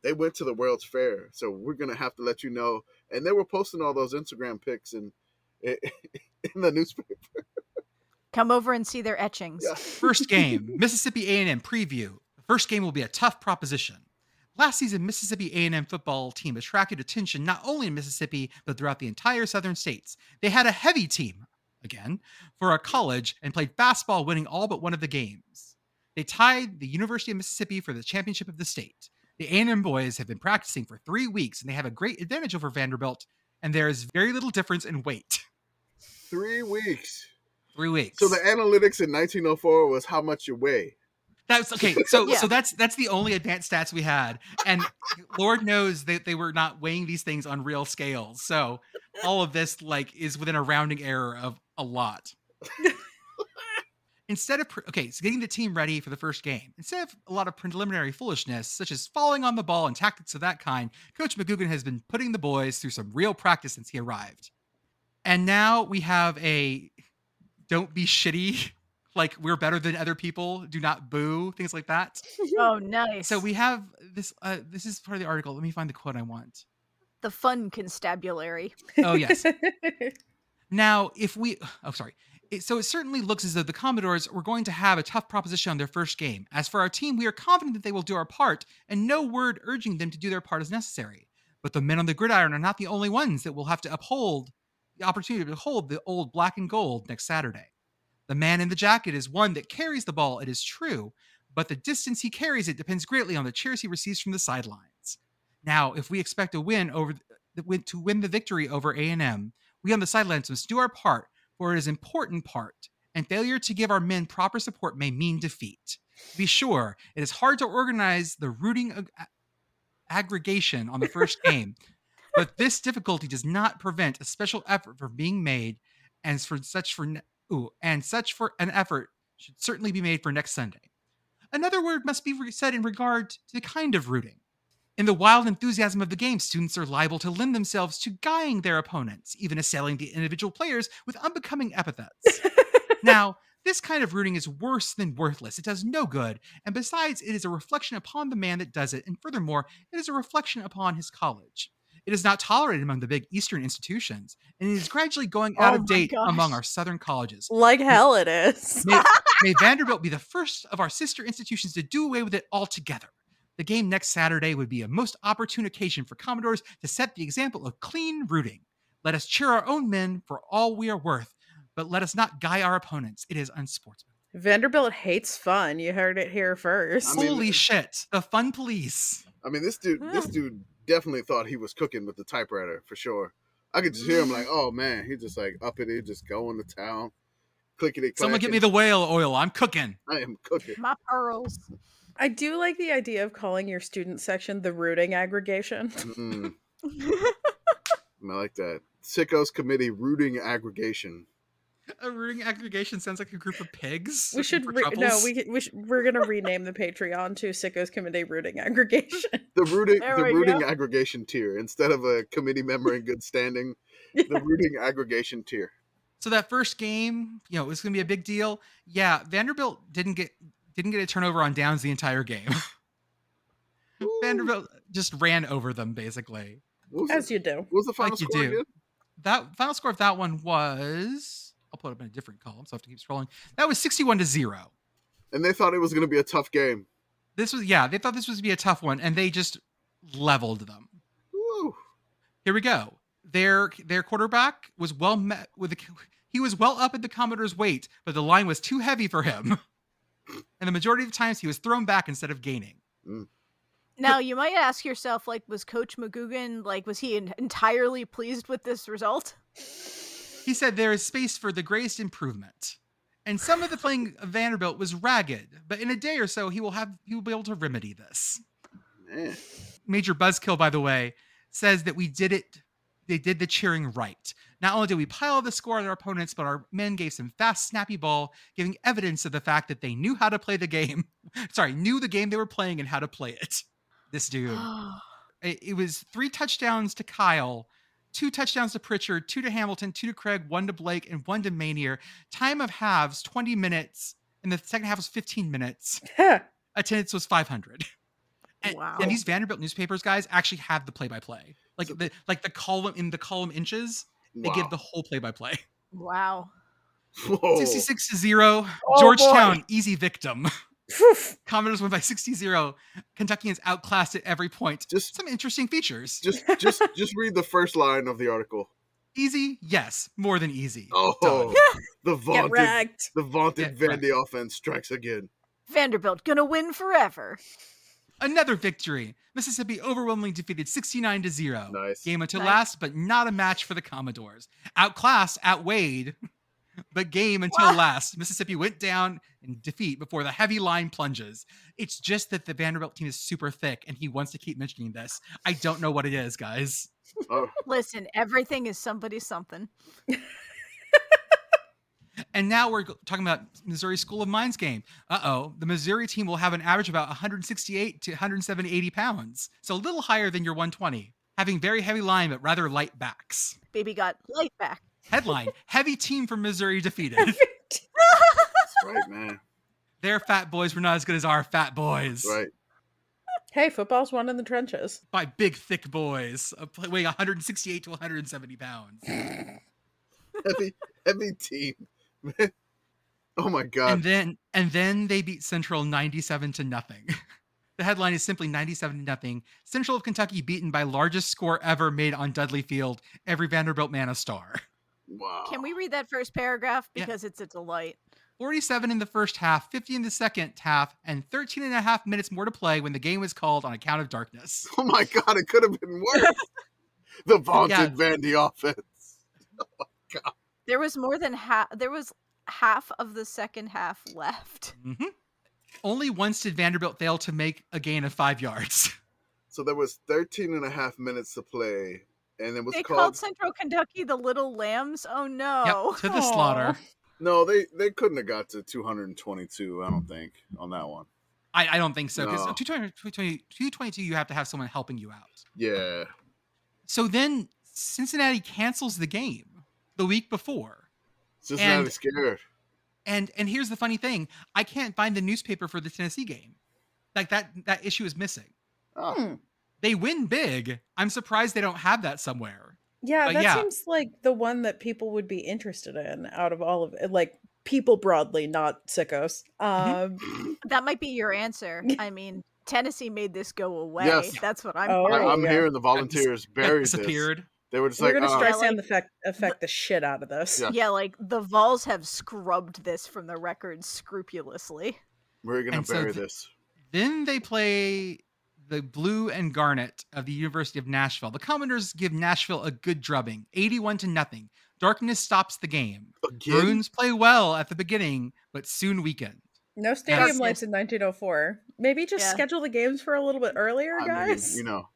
They went to the World's Fair, so we're gonna have to let you know. And they were posting all those Instagram pics and [laughs] in the newspaper.
Come over and see their etchings.
Yeah.
First game, Mississippi A&M preview. The first game will be a tough proposition. Last season, Mississippi A&M football team attracted attention not only in Mississippi but throughout the entire southern states. They had a heavy team again for a college and played fastball, winning all but one of the games. They tied the University of Mississippi for the championship of the state. The A&M boys have been practicing for three weeks and they have a great advantage over Vanderbilt. And there is very little difference in weight.
Three weeks.
Three weeks.
So the analytics in 1904 was how much you weigh.
That's okay. So
Yeah.
so that's that's the only advanced stats we had, and Lord knows that they were not weighing these things on real scales. So all of this like is within a rounding error of a lot. Instead of pre- okay, so getting the team ready for the first game, instead of a lot of preliminary foolishness such as falling on the ball and tactics of that kind, Coach McGugan has been putting the boys through some real practice since he arrived, and now we have a don't be shitty like we're better than other people do not boo things like that
Oh, nice.
so we have this uh, this is part of the article let me find the quote i want
the fun constabulary.
oh yes now if we oh sorry It- so it certainly looks as though the commodores were going to have a tough proposition on their first game as for our team we are confident that they will do our part and no word urging them to do their part is necessary but the men on the gridiron are not the only ones that will have to uphold the opportunity to hold the old black and gold next saturday the man in the jacket is one that carries the ball it is true but the distance he carries it depends greatly on the cheers he receives from the sidelines. Now, if we expect a win over the win to win the victory over A&M, we on the sidelines must do our part, for it is an important part, and failure to give our men proper support may mean defeat. To be sure, it is hard to organize the rooting ag- a- aggregation on the first game, but this difficulty does not prevent a special effort from being made, and for such for ne- ooh, and such for an effort should certainly be made for next Sunday. Another word must be re- said in regard to the kind of rooting. In the wild enthusiasm of the game, students are liable to lend themselves to guying their opponents, even assailing the individual players with unbecoming
[laughs]
epithets. now, this kind of rooting is worse than worthless. It does no good, and besides, it is a reflection upon the man that does it, and furthermore, it is a reflection upon his college. It is not tolerated among the big Eastern institutions, and it is gradually going out
Oh
of
my
date among
gosh.
our Southern
[laughs]
colleges.
[laughs] like hell it is.
May, may Vanderbilt be the first of our sister institutions to do away with it altogether. The game next Saturday would be a most opportune occasion for Commodores to set the example of clean rooting. Let us cheer our own men for all we are worth, but let us not guy our opponents. It is unsportsmanlike.
Vanderbilt hates fun. You heard it here first.
I mean-
Holy shit! The fun police.
I mean, this dude, this
Yeah.
dude definitely thought he was cooking with the typewriter for sure. I could just hear
[laughs]
him like, "Oh man, he just like up it, he just going to town, clicking it."
Someone get me the whale oil. I'm cooking.
I am cooking.
My pearls.
I do like the idea of calling your student section the rooting aggregation.
Mm, I like that. Sickos committee rooting aggregation.
A rooting aggregation sounds like a group of pigs.
We
looking
should
for
re- no,
troubles.
we c- we sh- we're gonna rename the Patreon to Sickos Committee Rooting
[laughs]
Aggregation.
The rooting,
There
the
we
rooting
go.
aggregation tier instead of a committee member in good standing. The rooting aggregation tier.
So that first game, you know, it was going to be a big deal. Yeah, Vanderbilt didn't get didn't get a turnover on downs the entire game. [laughs] Vanderbilt just ran over them basically.
What was,
As
the,
you do.
what was the final
like you
score
do.
again?
That final score of that one was I'll put it up in a different column, so I have to keep scrolling. That was sixty-one to zero.
And they thought it was going to be a tough game.
This was yeah, they thought this was gonna be a tough one, and they just leveled them.
Woo.
Here we go. Their their quarterback was well met with the he was well up at the Commodore's weight, but the line was too heavy for him. [laughs] And the majority of the times he was thrown back instead of gaining.
Now you might ask yourself, like, was Coach McGugan like, was he en- entirely pleased with this result?
He said there is space for the greatest improvement. And some of the playing of Vanderbilt was ragged, but in a day or so he will have he will be able to remedy this.
Man.
Major Buzzkill, by the way, says that we did it. They did the cheering right. Not only did we pile the score on our opponents, but our men gave some fast, snappy ball, giving evidence of the fact that they knew how to play the game. [laughs] Sorry, knew the game they were playing and how to play it. This dude. it, it was three touchdowns to Kyle, two touchdowns to Pritchard, two to Hamilton, two to Craig, one to Blake, and one to Manier. Time of halves, 20 minutes, and the second half was 15 minutes. Attendance was
[laughs]
500. And,
Wow.
and these Vanderbilt newspapers guys actually have the play-by-play. Like
So-
the like the column in the column inches, they give the whole play-by-play.
[gasps] wow.
[laughs] Whoa.
66 to 0.
Oh,
Georgetown, easy victim. [laughs]
Phew.
Commodores win by 60 0. Kentuckians outclassed at every point.
Just,
Some interesting features.
just, just, just read the first line of the article.
Easy? Yes. More than easy.
Oh,
[laughs] Done.
the
Get
vaunted,
ragged.
the vaunted
Get
Vandy offense strikes again.
Vanderbilt gonna win forever.
Another victory. Mississippi overwhelmingly defeated 69 to 0.
Nice.
Game until
Nice.
last, but not a match for the Commodores. Outclassed, outweighed, [laughs] but game until
Wow.
last. Mississippi went down in defeat before the heavy line plunges. It's just that the Vanderbilt team is super thick, and he wants to keep mentioning this. I don't know what it is, guys.
Oh,
Listen, everything is somebody something.
And now we're go- talking about Missouri School of Mines game. Uh oh, the Missouri team will have an average of about 168 to 170, 80 pounds. So a little higher than your 120, having very heavy line, but rather light backs.
Baby got light back.
Headline [laughs] Heavy team from Missouri defeated.
that's right, man.
Their fat boys were not as good as our fat boys.
That's right.
Hey, football's won in the trenches.
By big, thick boys uh, pl- weighing 168 to 170 pounds.
Heavy, heavy team, [laughs] man. Oh my
and
god.
then and then they beat Central 97 to nothing. [laughs] The headline is simply 97 to nothing. Central of Kentucky beaten by largest score ever made on Dudley Field. Every Vanderbilt man a star. [laughs]
Wow.
Can we read that first paragraph?
Yeah.
Because it's a delight.
47 in the first half, 50 in the second half, and 13 and a half minutes more to play when the game was called on account of darkness.
[laughs] Oh my god, it could have been worse. the vaunted
Yeah.
Vandy offense.
There was more than half there was half of the second half left.
Mhm. Only once did Vanderbilt fail to make a gain of five yards. [laughs]
So there was 13 and a half minutes to play, and it was
they called,
called.
Central Kentucky the Little Lambs. Oh no.
Yep, to the slaughter.
No, they they couldn't have got to 222. I don't think on that one.
I, I don't think so. Because
No.
222, you have to have someone helping you out.
Yeah.
So then Cincinnati cancels the game the week before.
Cincinnati
And-
scared.
And and here's the funny thing, I can't find the newspaper for the Tennessee game. Like that that issue is missing.
Oh,
Hmm.
They win big. I'm surprised they don't have that somewhere.
Yeah,
But
Uh,
that
yeah.
seems like the one that people would be interested in out of all of it. Like people broadly, not sickos.
Mm-hmm.
Um,
[laughs] That might be your answer. I mean, Tennessee made this go away.
Yes.
That's what I'm
Oh,
I,
Alright,
I'm
yeah.
hearing the volunteers
That
buried this.
disappeared.
They were just
we're
like,
gonna
"Uh,
stress
Yeah,
and
like-
affect affect the shit out of this.
Yeah.
Yeah, like the Vols have scrubbed this from the record scrupulously.
we're gonna
And so
bury
th-
this.
Then they play the blue and garnet of the University of Nashville. The Commodores give Nashville a good drubbing, 81 to nothing. Darkness stops the game.
Again?
Bruins play well at the beginning, but soon weaken.
No stadium
Yes.
lights in 1904. Maybe just
Yeah.
schedule the games for a little bit earlier,
I mean,
guys.
you know,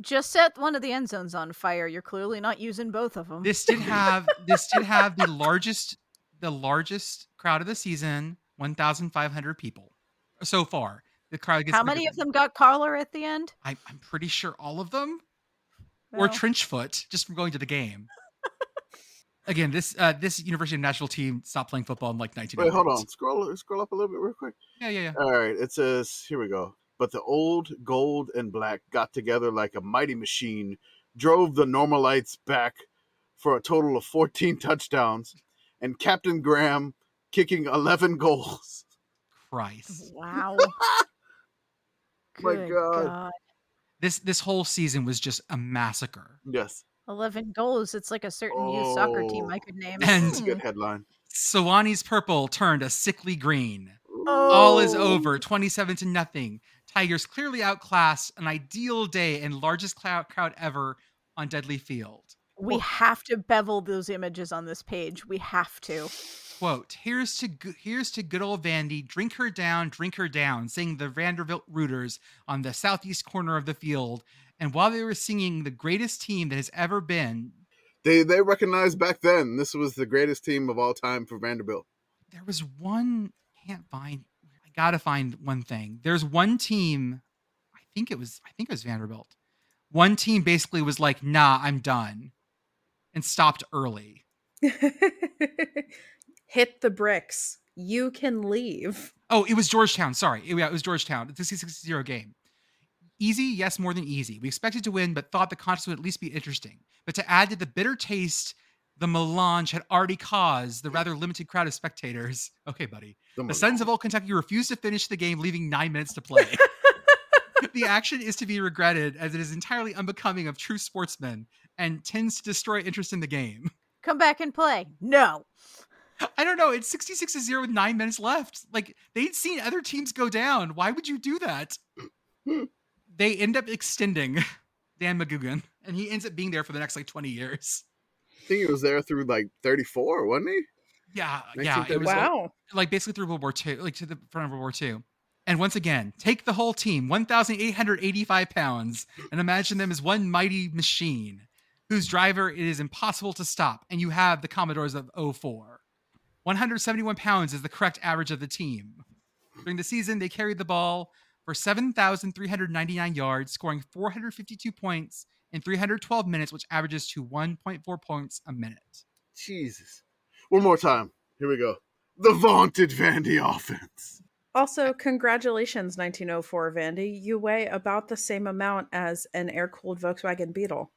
Just set one of the end zones on fire. You're clearly not using both of them.
this did have this did have the largest the largest crowd of the season 1500 people so far the crowd gets
How
bigger
many of
than-
them got Carler at the end?
I, i'm pretty sure all of them or
No.
trenchfoot just from going to the
[laughs]
game again this uh this university of nashville team stopped playing football in like 19
wait, hold on. Scroll, scroll up a little bit real quick.
yeah yeah yeah
All right, it says here we go. But the old gold and black got together like a mighty machine, drove the Normalites back for a total of 14 [laughs] touchdowns, and Captain Graham kicking 11 [laughs] goals.
christ
Wow.
My
Good
God.
this this whole season was just a massacre
Yes,
11 goals. It's like a certain youth soccer team I could name. Hmm.
And-
that's a good headline.
Sewanni's purple turned a sickly green All is
Oh.
over, 27 to nothing. Tigers clearly outclassed, an ideal day and largest clou- crowd ever on Deadly Field.
we have to bevel those images on this page. We have to.
Quote, here's to go- here's to good old Vandy, drink her down, drink her down, sang the Vanderbilt Rooters on the southeast corner of the field. And while they were singing the greatest team that has ever been,
They they recognized back then this was the greatest team of all time for Vanderbilt.
there was one can't find i gotta find one thing there's one team i think it was i think it was vanderbilt one team basically was like nah i'm done and stopped early
[laughs] Hit the bricks. You can leave.
oh it was georgetown sorry it, yeah, it was georgetown it's a 60 game easy yes more than easy we expected to win but thought the contest would at least be interesting but to add to the bitter taste the melange had already caused the rather limited crowd of spectators [laughs] okay buddy The Sons of Old Kentucky refused to finish the game, leaving nine minutes to play. the action is to be regretted as it is entirely unbecoming of true sportsmen and tends to destroy interest in the game. [laughs]
Come back and play. No.
I don't know. It's 66 to 0 with nine minutes left. Like, they'd seen other teams go down. Why would you do that? they end up extending [laughs] Dan McGugan, and he ends up being there for the next like 20 years.
I think he was there through like 34, wasn't he?
Yeah. Yeah. It was like-
Wow.
like basically through World War II, like to the front of World War II. And once again, take the whole team, 1,885 pounds, and imagine them as one mighty machine whose driver it is impossible to stop. And you have the Commodores of 04. 171 pounds is the correct average of the team. During the season, they carried the ball for 7,399 yards, scoring 452 points in 312 minutes, which averages to 1.4 points a minute. [laughs]
Jesus. One more time. Here we go. The vaunted Vandy offense.
Also, congratulations, 1904 Vandy. You weigh about the same amount as an air cooled Volkswagen Beetle.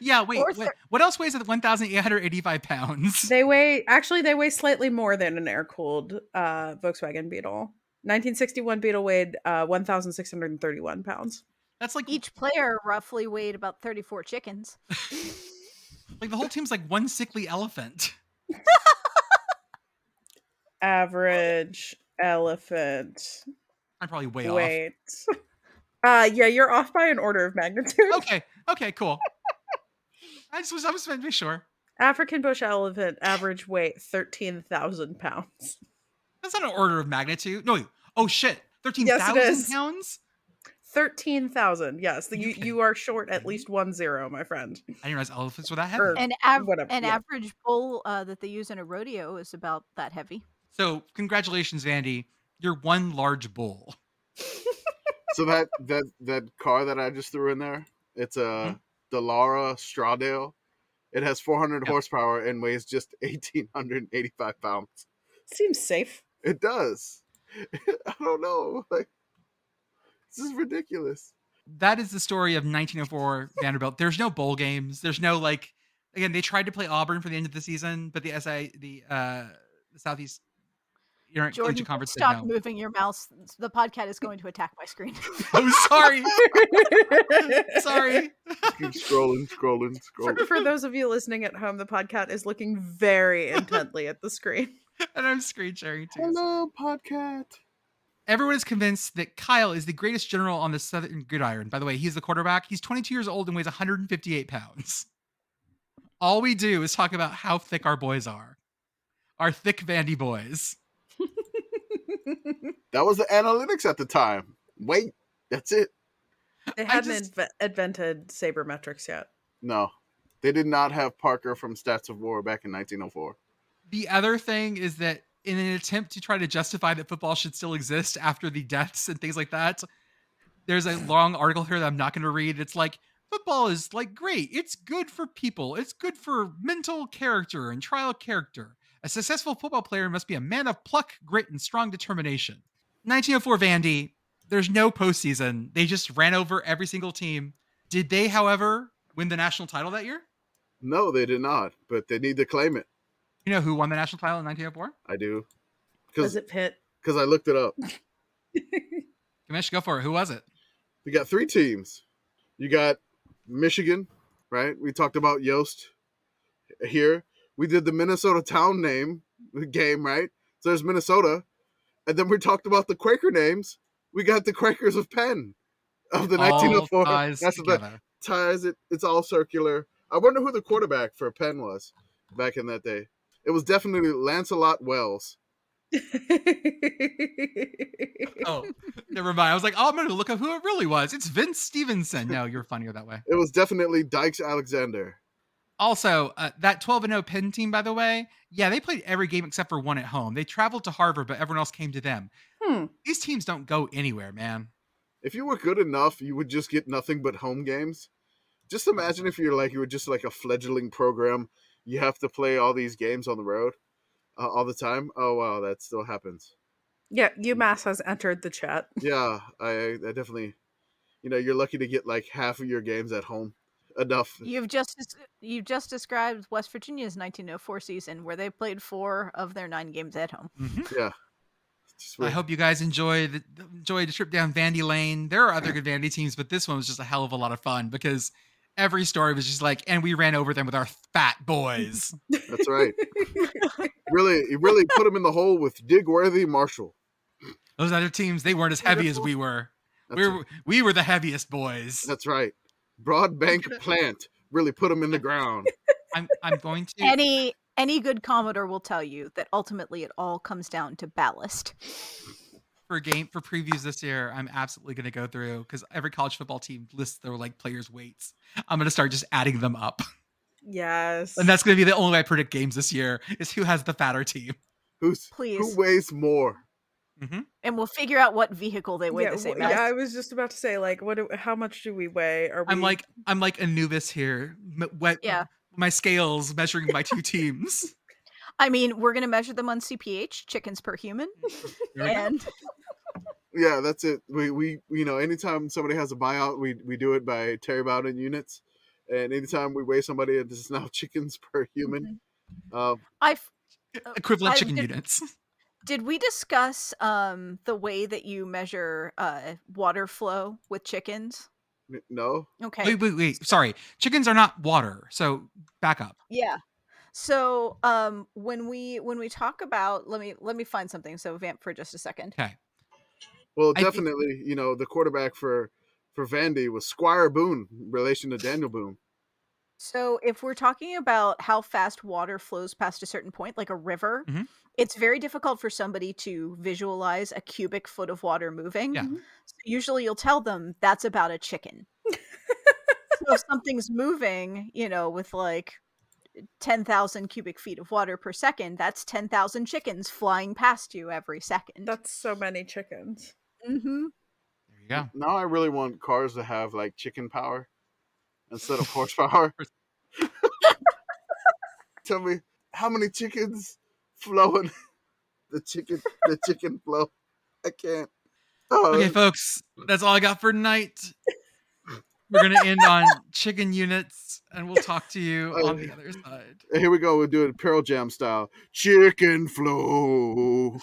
Yeah, wait,
Or
what,
thir-
what else weighs at 1,885 pounds?
They weigh, actually, they weigh slightly more than an air cooled uh, Volkswagen Beetle. 1961 Beetle weighed uh, 1,631 pounds.
That's like
Each player roughly weighed about 34 chickens.
like the whole team's like one sickly elephant. [laughs]
Average elephant
I'm probably way
weight. [laughs] Uh, yeah, you're off by an order of magnitude.
off. Okay, okay,
[laughs]
cool. I just was I was meant to be sure.
African bush elephant average weight 13,000 pounds.
That's not an order of magnitude. No, wait. oh shit, thirteen thousand
is.
pounds.
13,000. Yes, you,
Okay.
you are short at least one zero, my friend.
I didn't realize elephants were that heavy.
Or-
An, av-
Whatever,
an
yeah.
average bull uh, that they use in a rodeo is about that heavy.
So congratulations, Vandy. You're one large bull.
So that that that car that I just threw in there, it's a Delara Stradale. It has 400
Yep.
horsepower and weighs just 1,885 pounds.
Seems [laughs] safe.
It does. [laughs] I don't know. Like this is ridiculous.
That is the story of 1904 Vanderbilt. There's no bowl games. There's no like. Again, they tried to play Auburn for the end of the season, but the SI the uh the Southeast. Intercollegiate
Jordan,
Conference said
stop
no.
moving your mouse. The podcast is going to attack my screen.
[laughs]
[laughs]
I'm sorry. sorry.
Keep scrolling, scrolling,
For,
scrolling.
for those of you listening at home, the podcast is looking very intently at the screen.
And I'm screen sharing too. so-
Hello, podcast.
Everyone is convinced that Kyle is the greatest general on the Southern Gridiron. By the way, he's the quarterback. He's 22 years old and weighs 158 pounds. All we do is talk about how thick our boys are. Our thick Vandy boys.
That was the analytics at the time. Wait, that's it.
[laughs]
They
I
hadn't
just-
inve- invented sabermetrics yet.
No, they did not have Parker from Stats of War back in 1904.
The other thing is that in an attempt to try to justify that football should still exist after the deaths and things like that, there's a long article here that I'm not going to read. It's like football is like great. It's good for people. It's good for mental character and trial character. A successful football player must be a man of pluck, grit, and strong determination. 1904 Vandy. There's no postseason. They just ran over every single team. Did they, however, win the national title that year?
No, they did not. But they need to claim it.
You know who won the national title in 1904?
I do,
Was
because
it [laughs] Pitt?
I looked it up.
Gamesh, go for it. Who was it?
You got three teams. You got Michigan, right? We talked about Yost here. We did the Minnesota town name [laughs] game, right? So there's Minnesota. And then we talked about the Quaker names. We got the Quakers of Penn of the
All
1904.
ties
That's the
together.
ties. It, it's all circular. I wonder who the quarterback for Penn was back in that day. It was definitely Lancelot Wells.
Oh, never mind. I was like, oh, I'm going to look up who it really was. It's Vince Stevenson. No, you're funnier that way.
It was definitely Dykes Alexander.
Also, uh, that 12 and 0 Penn team, by the way, yeah, they played every game except for one at home. They traveled to Harvard, but everyone else came to them.
Hmm.
These teams don't go anywhere, man.
If you were good enough, you would just get nothing but home games. Just
Mm-hmm.
imagine if you're like you were just like a fledgling program. You have to play all these games on the road uh, all the time. Oh wow, that still happens.
Yeah, UMass has entered the chat.
Yeah, I, I definitely. You know, you're lucky to get like half of your games at home. Enough.
You've just you've just described West Virginia's 1904 season, where they played four of their nine games at home.
Mhm.
[laughs] Just
I
wait.
hope you guys enjoy the enjoy the trip down Vandy Lane. There are other good Vandy teams, but this one was just a hell of a lot of fun because every story was just like, and we ran over them with our fat [laughs] boys.
That's right. really, you really put them in the hole with
[laughs]
Digworthy Marshall.
Those other teams, they weren't as heavy as we were.
That's,
we
right.
were we were the heaviest boys.
That's right.
[laughs]
Broadbank Plant really put them in the ground.
I'm I'm going to
Any any good commodore will tell you that ultimately it all comes down to ballast.
for game for previews this year, I'm absolutely going to go through because every college football team lists their like players' weights. I'm going to start just adding them up,
[laughs]
[laughs]
yes.
and that's going to be the only way I predict games this year is who has the fatter team.
Who's
Please,
who weighs more?
and we'll figure out what vehicle they weigh
yeah,
the same
w- yeah,
as.
I was just about to say, like, what? Do, how much do we weigh? Are we?
I'm like I'm like Anubis here. M- wet,
Yeah.
my scales measuring my two
[laughs]
teams.
I mean, we're gonna measure them on CPH, chickens per human,
Mm-hmm. There we go.
and
Yeah, that's it. We we you know, anytime somebody has a buyout, we we do it by terabyte in units. And anytime we weigh somebody, it is now chickens [laughs] per human.
Mm-hmm.
Mm-hmm.
Uh,
I f-
E, Equivalent
I
chicken
did-
units.
Did we discuss um the way that you measure uh water flow with chickens?
n- no,
Okay.
Wait, wait, wait. Sorry, chickens are not water. So back up.
Yeah. So um when we when we talk about let me let me find something so vamp for just a second.
Okay.
Well,
I think-
definitely, you know, the quarterback for for Vandy was Squire Boone, in relation to Daniel Boone.
So if we're talking about how fast water flows past a certain point like a river,
Mhm.
it's very difficult for somebody to visualize a cubic foot of water moving.
Yeah.
Mhm.
So usually you'll tell them that's about a chicken. so if something's moving, you know, with like 10,000 cubic feet of water per second, that's 10,000 chickens flying past you every second.
that's so many chickens.
hmm
There you go.
Now I really want cars to have like chicken power
[laughs]
instead of horsepower. [laughs] Tell me how
[laughs]
many chickens flowing [laughs] the chicken the chicken flow. I can't. Oh,
Okay, folks, that's all I got for tonight. We're gonna end on chicken units, and we'll talk to you
Oh,
on the
yeah.
other side.
here we go. We'll do it Pearl Jam style. [laughs] Chicken flow.